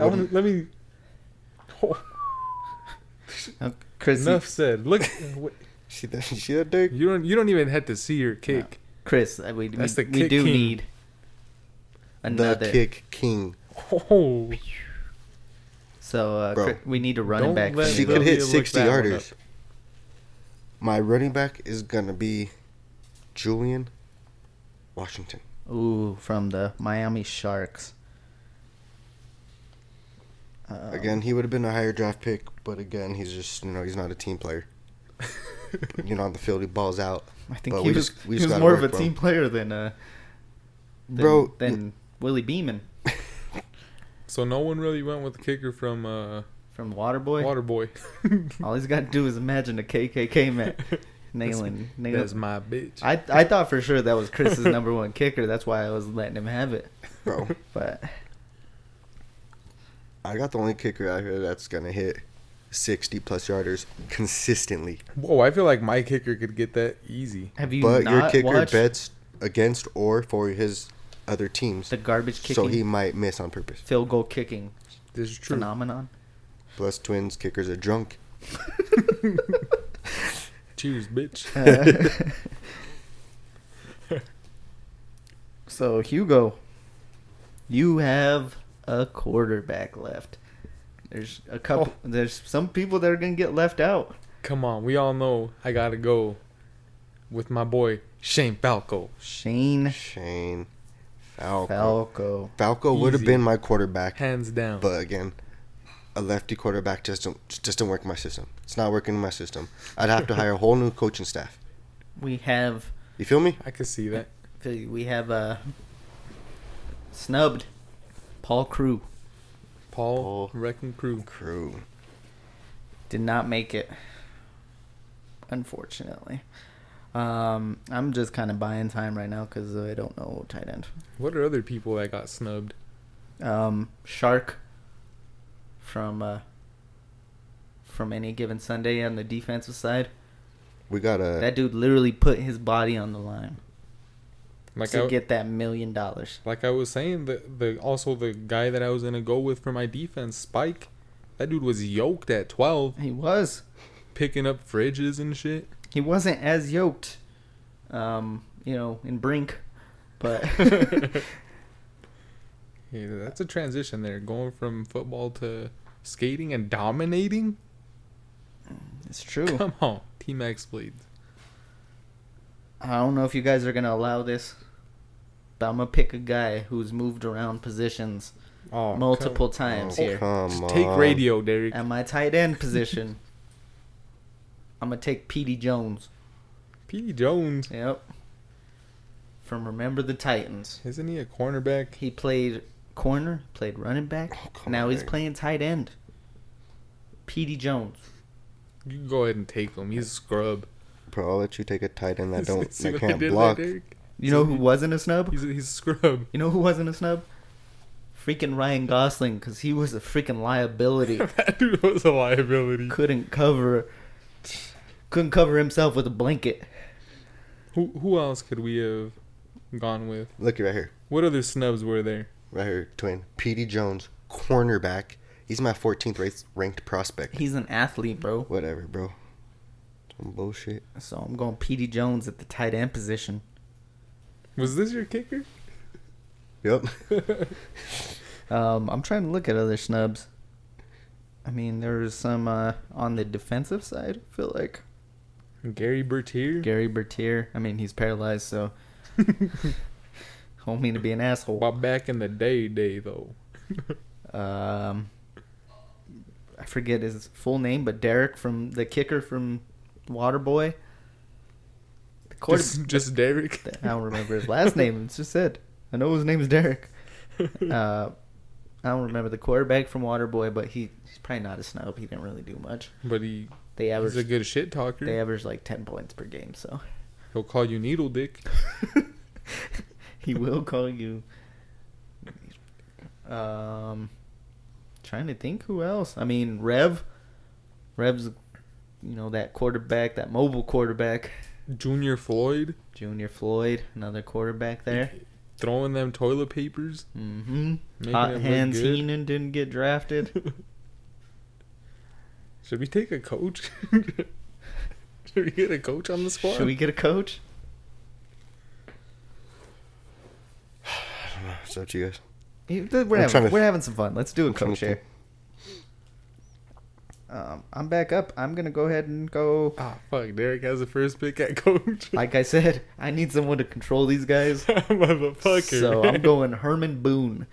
D: I wanna, let me. Oh,
C: Oh, Chris, you-
D: enough said. Look, wait,
E: See that? You see that, Derek?
D: you don't. You don't even have to see her kick.
C: Chris, uh, we,
D: That's
C: we,
D: the
C: we
D: kick
C: do
D: king.
C: need
E: The
C: another.
E: kick king.
D: Oh,
C: So uh,
E: Bro.
C: Chri- we need a running
D: Don't
C: back.
D: let
C: for
E: She
D: Hey,
C: you.
E: could
D: Olivia
E: hit
D: looked
E: 60
D: that one
E: yarders.
D: up.
E: My running back is gonna be Julian Washington.
C: Ooh, from the Miami Sharks. Uh,
E: Again, he would have been a higher draft pick, but again, he's just you know he's not a team player. you know, on the field he balls out,
C: I think
E: but
C: he
E: we
C: was,
E: just- we
C: he
E: just
C: was
E: gotta
C: more of a
E: work for him.
C: team player than uh, than,
E: bro.
C: than Willie Beeman
D: so no one really went with the kicker from uh,
C: from Waterboy.
D: Waterboy.
C: All he's got to do is imagine a KKK man nailing, nailing.
D: That's my bitch.
C: I I thought for sure that was Chris's number one kicker. That's why I was letting him have it.
E: bro,
C: But
E: I got the only kicker out here that's gonna hit sixty plus yarders consistently.
D: Whoa, I feel like my kicker could get that easy.
C: have you
E: but
C: not
E: your kicker
C: watched
E: bets against or for his other teams,
C: the garbage kicking
E: so he might miss on purpose.
C: field goal kicking
D: This is true.
C: phenomenon?
E: Plus, twins kickers are drunk.
D: Cheers, bitch.
C: So Hugo, you have a quarterback left. There's a couple. There's some people that are gonna get left out.
D: Come on, we all know I gotta go with my boy Shane Falco.
C: Shane
E: Shane Falco.
C: Falco.
E: Falco would have
D: Easy.
E: been my quarterback,
D: Hands down.
E: but again, a lefty quarterback just don't just doesn't work in my system. It's not working in my system. I'd have to hire a whole new coaching staff.
C: We have
E: You feel me?
D: I can see that.
C: we have uh snubbed Paul Crew.
D: Paul,
E: Paul.
D: Wrecking Crew.
E: Crew.
C: did not make it unfortunately um i'm just kind of buying time right now because i don't know tight end
D: What are other people that got snubbed?
C: um shark from uh from any given sunday on the defensive side
E: We got a
C: that dude literally put his body on the line
D: Like
C: to
D: I,
C: get that million dollars
D: like I was saying, the the also the guy that I was gonna go with for my defense, Spike. That dude was yoked at twelve,
C: he was
D: picking up fridges and shit.
C: he wasn't as yoked um you know in brink but
D: Yeah, that's a transition there, going from football to skating and dominating.
C: it's true
D: Come on, T Max Blades.
C: I don't know if you guys are gonna allow this, but I'm gonna pick a guy who's moved around positions
D: Oh,
C: multiple times
E: Oh,
C: here
E: Come
D: Just
E: on. Um,
D: take radio, Derek.
C: at my tight end position. I'm gonna take Petey Jones.
D: P. Jones.
C: Yep. From Remember the Titans.
D: Isn't he a cornerback?
C: He played corner, played running back.
E: come
C: now he's
E: on.
C: playing tight end. Petey Jones.
D: You can go ahead and take him. He's a scrub.
E: Bro, I'll let you take a tight end that
D: See
E: don't
D: what
E: that
D: I
E: can't
D: did there,
E: block.
D: Derek?
C: You know who wasn't a snub?
D: He's a, he's a scrub.
C: You know who wasn't a snub? Freaking Ryan Gosling, because he was a freaking liability.
D: that dude was a liability.
C: couldn't cover, couldn't cover himself with a blanket.
D: Who who else could we have gone with?
E: Look right here,
D: What other snubs were there?
E: right here, twin. Petey Jones, cornerback. He's my 14th race ranked prospect.
C: He's an athlete, bro.
E: Whatever, bro. Some bullshit.
C: So I'm going Petey Jones at the tight end position.
D: Was this your kicker?
E: Yep.
C: Um, I'm trying to look at other snubs. I mean, there's some uh, on the defensive side. I feel like
D: Gary Bertier.
C: Gary Bertier. I mean, he's paralyzed, so don't mean to be an asshole.
D: Well, back in the day, day though.
C: Um, I forget his full name, but Derek from the kicker from Waterboy. The quarter-
D: Just, just Derek.
C: I don't remember his last name. It's just said. I know his name's Derek. Uh, I don't remember the quarterback from Waterboy, but he, he's probably not a snub. He didn't really do much.
D: But he
C: They
D: he's a
C: average
D: good shit talker.
C: they average like ten points per game, so
D: He'll call you needle dick.
C: he will call you. Um, trying to think who else. I mean, Rev. Rev's, you know, that quarterback, that mobile quarterback.
D: Junior Floyd
C: Junior Floyd, another quarterback there.
D: throwing them toilet papers.
C: Mm-hmm.
D: Making it
C: Hot
D: look
C: hands
D: good.
C: Heenan didn't get drafted.
D: Should we take a coach? Should we get a coach on the squad?
C: Should we get a coach?
E: it's up to you guys.
C: You- th- We're
E: I'm
C: having,
E: trying to-
C: we're having some fun. Let's do a
E: I'm trying
C: coach
E: to
C: here. Um, I'm back up. I'm gonna go ahead and go.
D: Ah, fuck. Derek has the first pick at coach.
C: Like I said, I need someone to control these guys.
D: Motherfucker.
C: So I'm going Herman Boone.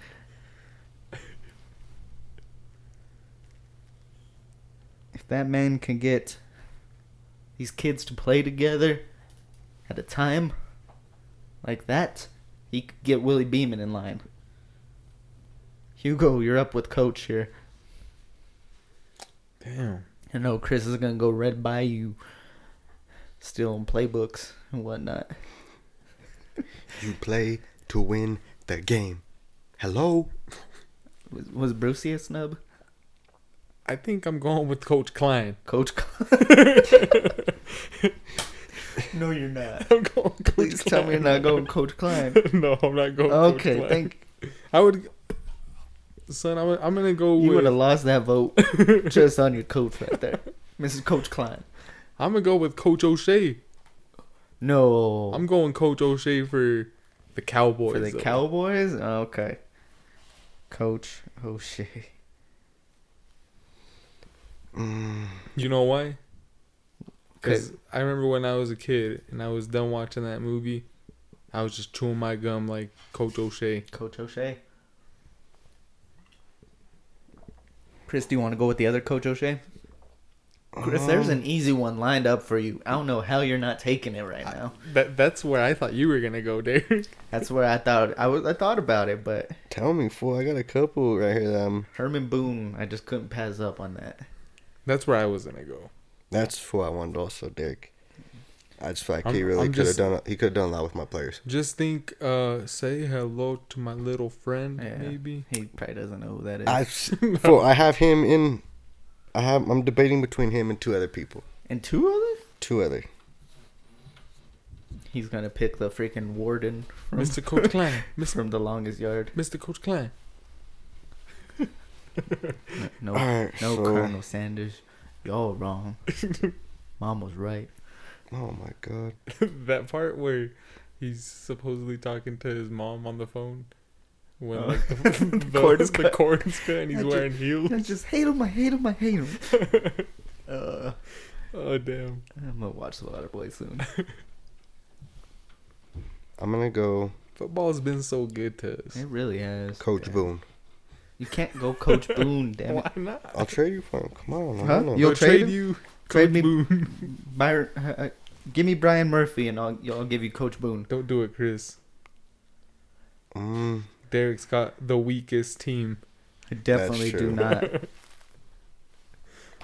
C: If that man can get these kids to play together at a time like that, he could get Willie Beeman in line. Hugo, you're up with coach here.
D: Damn.
C: I know Chris is gonna go red by you, stealing playbooks and whatnot.
E: You play to win the game. Hello?
C: Was, was Brucey a snub?
D: I think I'm going with Coach Klein.
C: Coach. no, you're not.
D: I'm going Coach
C: Please tell me you're not going Coach Klein.
D: no, I'm not going. Coach
C: Okay,
D: Klein.
C: thank
D: I would. Son, I'm, I'm gonna go
C: you.
D: with.
C: Would have lost that vote just on your coach right there, Mrs. Coach Klein.
D: I'm gonna go with Coach O'Shea.
C: No,
D: I'm going Coach O'Shea for the Cowboys.
C: for the
D: though.
C: Cowboys. Okay, Coach O'Shea.
E: Mm,
D: You know why?
C: 'Cause-
D: Because I remember when I was a kid and I was done watching that movie, I was just chewing my gum like Coach O'Shea.
C: Coach O'Shea. Chris, do you want to go with the other Coach O'Shea? Chris, there's
D: Um,
C: an easy one lined up for you. I don't know how you're not taking it right now.
D: That that's where I thought you were gonna go, Derek.
C: That's where I thought I was. I thought about it, but
E: Tell me, fool. I got a couple right here. That I'm,
C: Herman Boone, I just couldn't pass up on that.
D: That's where I was gonna go.
E: that's who I wanted also, Derek. I just feel like he
D: I'm-
E: really
D: I'm
E: could have
D: just-
E: done a, he could have done a lot with my players.
D: Just think, uh, say hello to my little friend,
C: Yeah.
D: maybe.
C: He probably doesn't know who that is.
E: I fool, I have him in I have I'm debating between him and two other people.
C: and two others?
E: Two other.
C: He's gonna pick the freaking warden from,
D: Mr. Coach Klein. Mr.
C: from the longest yard.
D: Mr. Coach Klein.
C: No,
E: All right,
C: no,
E: so-
C: Colonel Sanders, y'all wrong. Mom was right.
E: Oh my god.
D: that part where he's supposedly talking to his mom on the phone when like, the, the, the
C: Oh. cord
D: cord
C: is
D: is
C: cut.
D: cut and he's
C: I ju-
D: wearing heels.
C: I just hate him. I hate him. I hate him. uh,
D: Oh damn!
C: I'm gonna watch The Water Boy soon.
E: I'm gonna go
D: Football's been so good to us.
C: It really has.
E: Coach Boone.
C: You can't go Coach Boone, damn it.
D: Why not?
E: I'll trade you for him. Come on. I
C: Huh?
E: don't know.
C: You'll
D: They'll
C: trade him?
D: you.
C: Trade me
D: Boone.
C: Byron. Uh, give me Brian Murphy, and I'll I'll give you Coach Boone.
D: Don't do it, Chris.
E: Mm,
D: Derek's got the weakest team.
C: I definitely do
E: true.
C: not.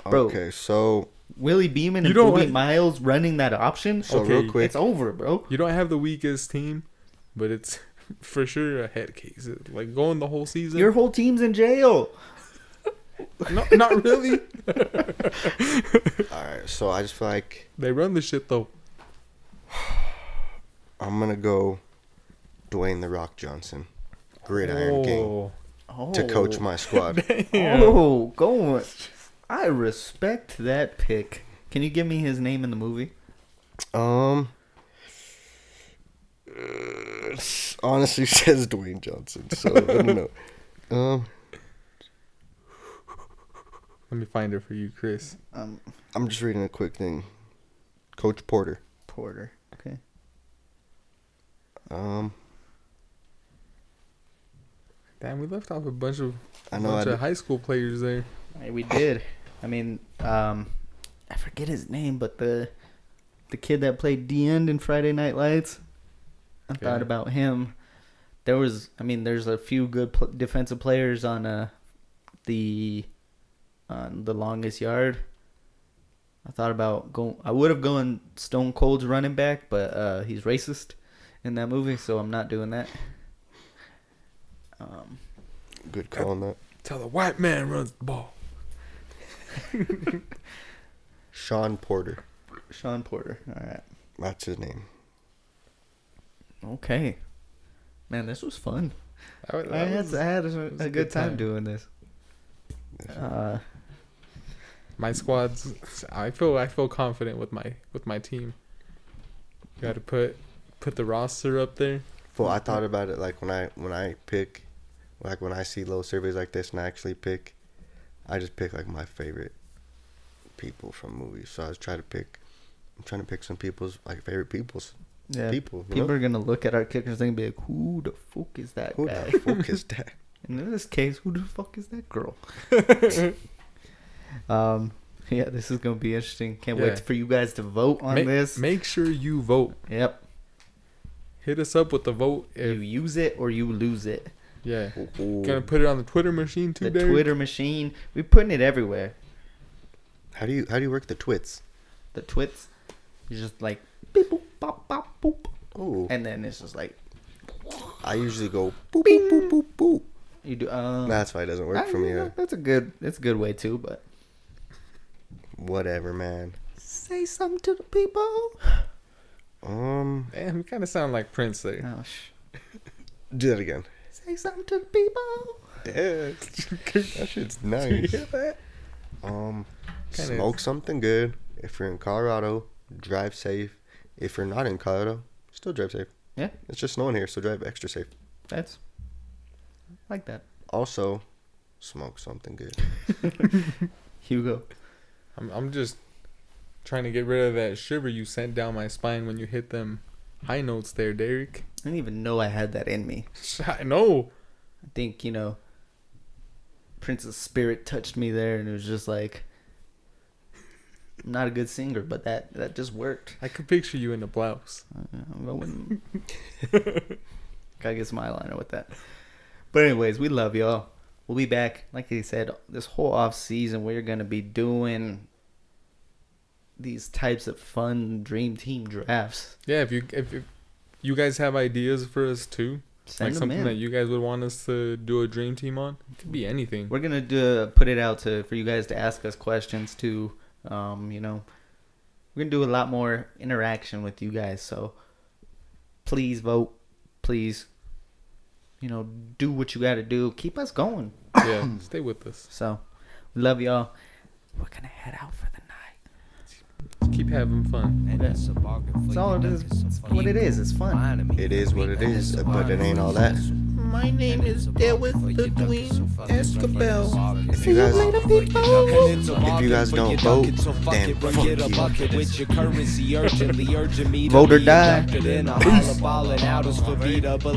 C: Bro.
E: okay, so
C: Willie Beeman
D: You
C: and
D: don't
C: Booby
D: want-
C: Miles running that option.
E: so
D: Okay,
E: real quick,
C: It's over, bro.
D: You don't have the weakest team, but it's for sure a head case. Like going the whole season.
C: Your whole team's in jail.
D: no, not really.
E: all right. So I just feel like
D: they run the shit though.
E: I'm gonna go Dwayne the Rock Johnson, Gridiron Gang
D: Oh,
C: Oh.
E: to coach my squad.
C: Oh, going. I respect that pick. Can you give me his name in the movie?
E: um, uh, honestly, says Dwayne Johnson. So I don't know. Um,
D: Let me find it for you, Chris.
C: Um,
E: I'm just reading a quick thing. Coach Porter.
C: Porter. Okay.
E: Um,
D: Damn, we left off a bunch of
E: I know I
D: bunch
E: did-
D: of high school players there.
C: Hey, we did. I mean, um, I forget his name, but the the kid that played D end in Friday Night Lights. I
D: Okay.
C: thought about him. There was, I mean, there's a few good pl- defensive players on uh, the on the longest yard. I thought about going. I would have gone Stone Cold's running back, but uh, he's racist in that movie, so I'm not doing that. Um,
E: good call on that.
D: Tell the white man runs the ball.
E: Sean Porter.
C: Sean Porter. All right.
E: That's his name.
C: Okay. Man, this was fun.
D: That was-
C: I
D: that
C: had,
D: was-
C: I had a,
D: was
C: a good time, doing this.
E: Yes.
C: Uh,
D: my squad's. I feel I feel confident with my with my team. Got to put put the roster up there.
E: Well, I thought about it like when I when I pick, like when I see low surveys like this and I actually pick, I just pick like my favorite people from movies. So I was trying to pick. I'm trying to pick some people's like favorite people's
C: yeah, people,
E: people. You know?
C: are gonna look at our kickers thing and be like, "Who the fuck is that
E: Who
C: guy?"
E: the fuck is that?
C: And in this case, who the fuck is that girl? um, yeah, this is gonna be interesting. Can't
D: Yeah.
C: wait for you guys to vote on
D: make,
C: this.
D: make sure you vote.
C: yep,
D: Hit us up with the vote.
C: you
D: If,
C: use it or you lose it.
D: yeah,
E: Ooh.
D: gonna put it on the Twitter machine too.
C: The
D: Derek?
C: Twitter machine, we're putting it everywhere.
E: How do you how do you work the twits?
C: The twits, you just like beep boop bop bop boop,
E: Oh,
C: and then it's just like
E: I usually go boop boop boop boop boop.
C: you do. Um,
E: That's why it doesn't work
C: I
E: for me. uh,
C: don't know.
E: huh?
C: That's a good. That's a good way too. But
E: Whatever, man.
C: say something to the people.
E: Um,
D: Damn, we kind of sound like Prince there.
C: Oh, sh-
E: do that again.
C: say something to the people.
E: Yeah, that shit's nice. Um,
D: Kinda-
E: smoke something good. If you're in Colorado, drive safe. If you're not in Colorado, still drive safe.
C: Yeah.
E: It's just snowing here, so drive extra safe.
C: That's I like that.
E: Also, smoke something good.
C: Hugo.
D: I'm, I'm just trying to get rid of that shiver you sent down my spine when you hit them high notes there, Derek.
C: I didn't even know I had that in me.
D: I know.
C: I think you know. Prince's spirit touched me there, and it was just like. I'm not a good singer, but that that just worked.
D: I could picture you in a blouse.
C: I'm going. Gotta get some eyeliner with that. But anyways, we love y'all. We'll be back. Like he said, this whole off season, we're gonna be doing these types of fun dream team drafts.
D: Yeah, if you if, if you guys have ideas for us too,
C: Send
D: like
C: them
D: something
C: in.
D: that you guys would want us to do a dream team on, it could be anything.
C: we're gonna do, put it out to for you guys to ask us questions to. Um, you know, we're gonna do a lot more interaction with you guys. So please vote. Please, you know, do what you gotta do. Keep us going.
D: yeah, stay with us.
C: So, we love y'all. We're gonna head out for the night.
D: Keep having fun.
A: And it's a bargain for
C: That's all it
A: you
C: is.
A: duckers, so
C: It's
A: fuck
C: what it is. It's fun.
A: Mind me,
E: It is what it
A: and
E: is,
A: it's a
E: but it
A: bargain
E: ain't
A: for you
E: all that.
A: duckers, so
G: My name is Dewis the Dween Escabel.
E: If you guys-
B: If
E: you guys don't vote, then fuck
B: Get a
E: you.
B: bucket with your currency urgently urging me to
C: Vote or
B: be
C: die.
B: inducted in a hall of ball and out as for Vita. Believe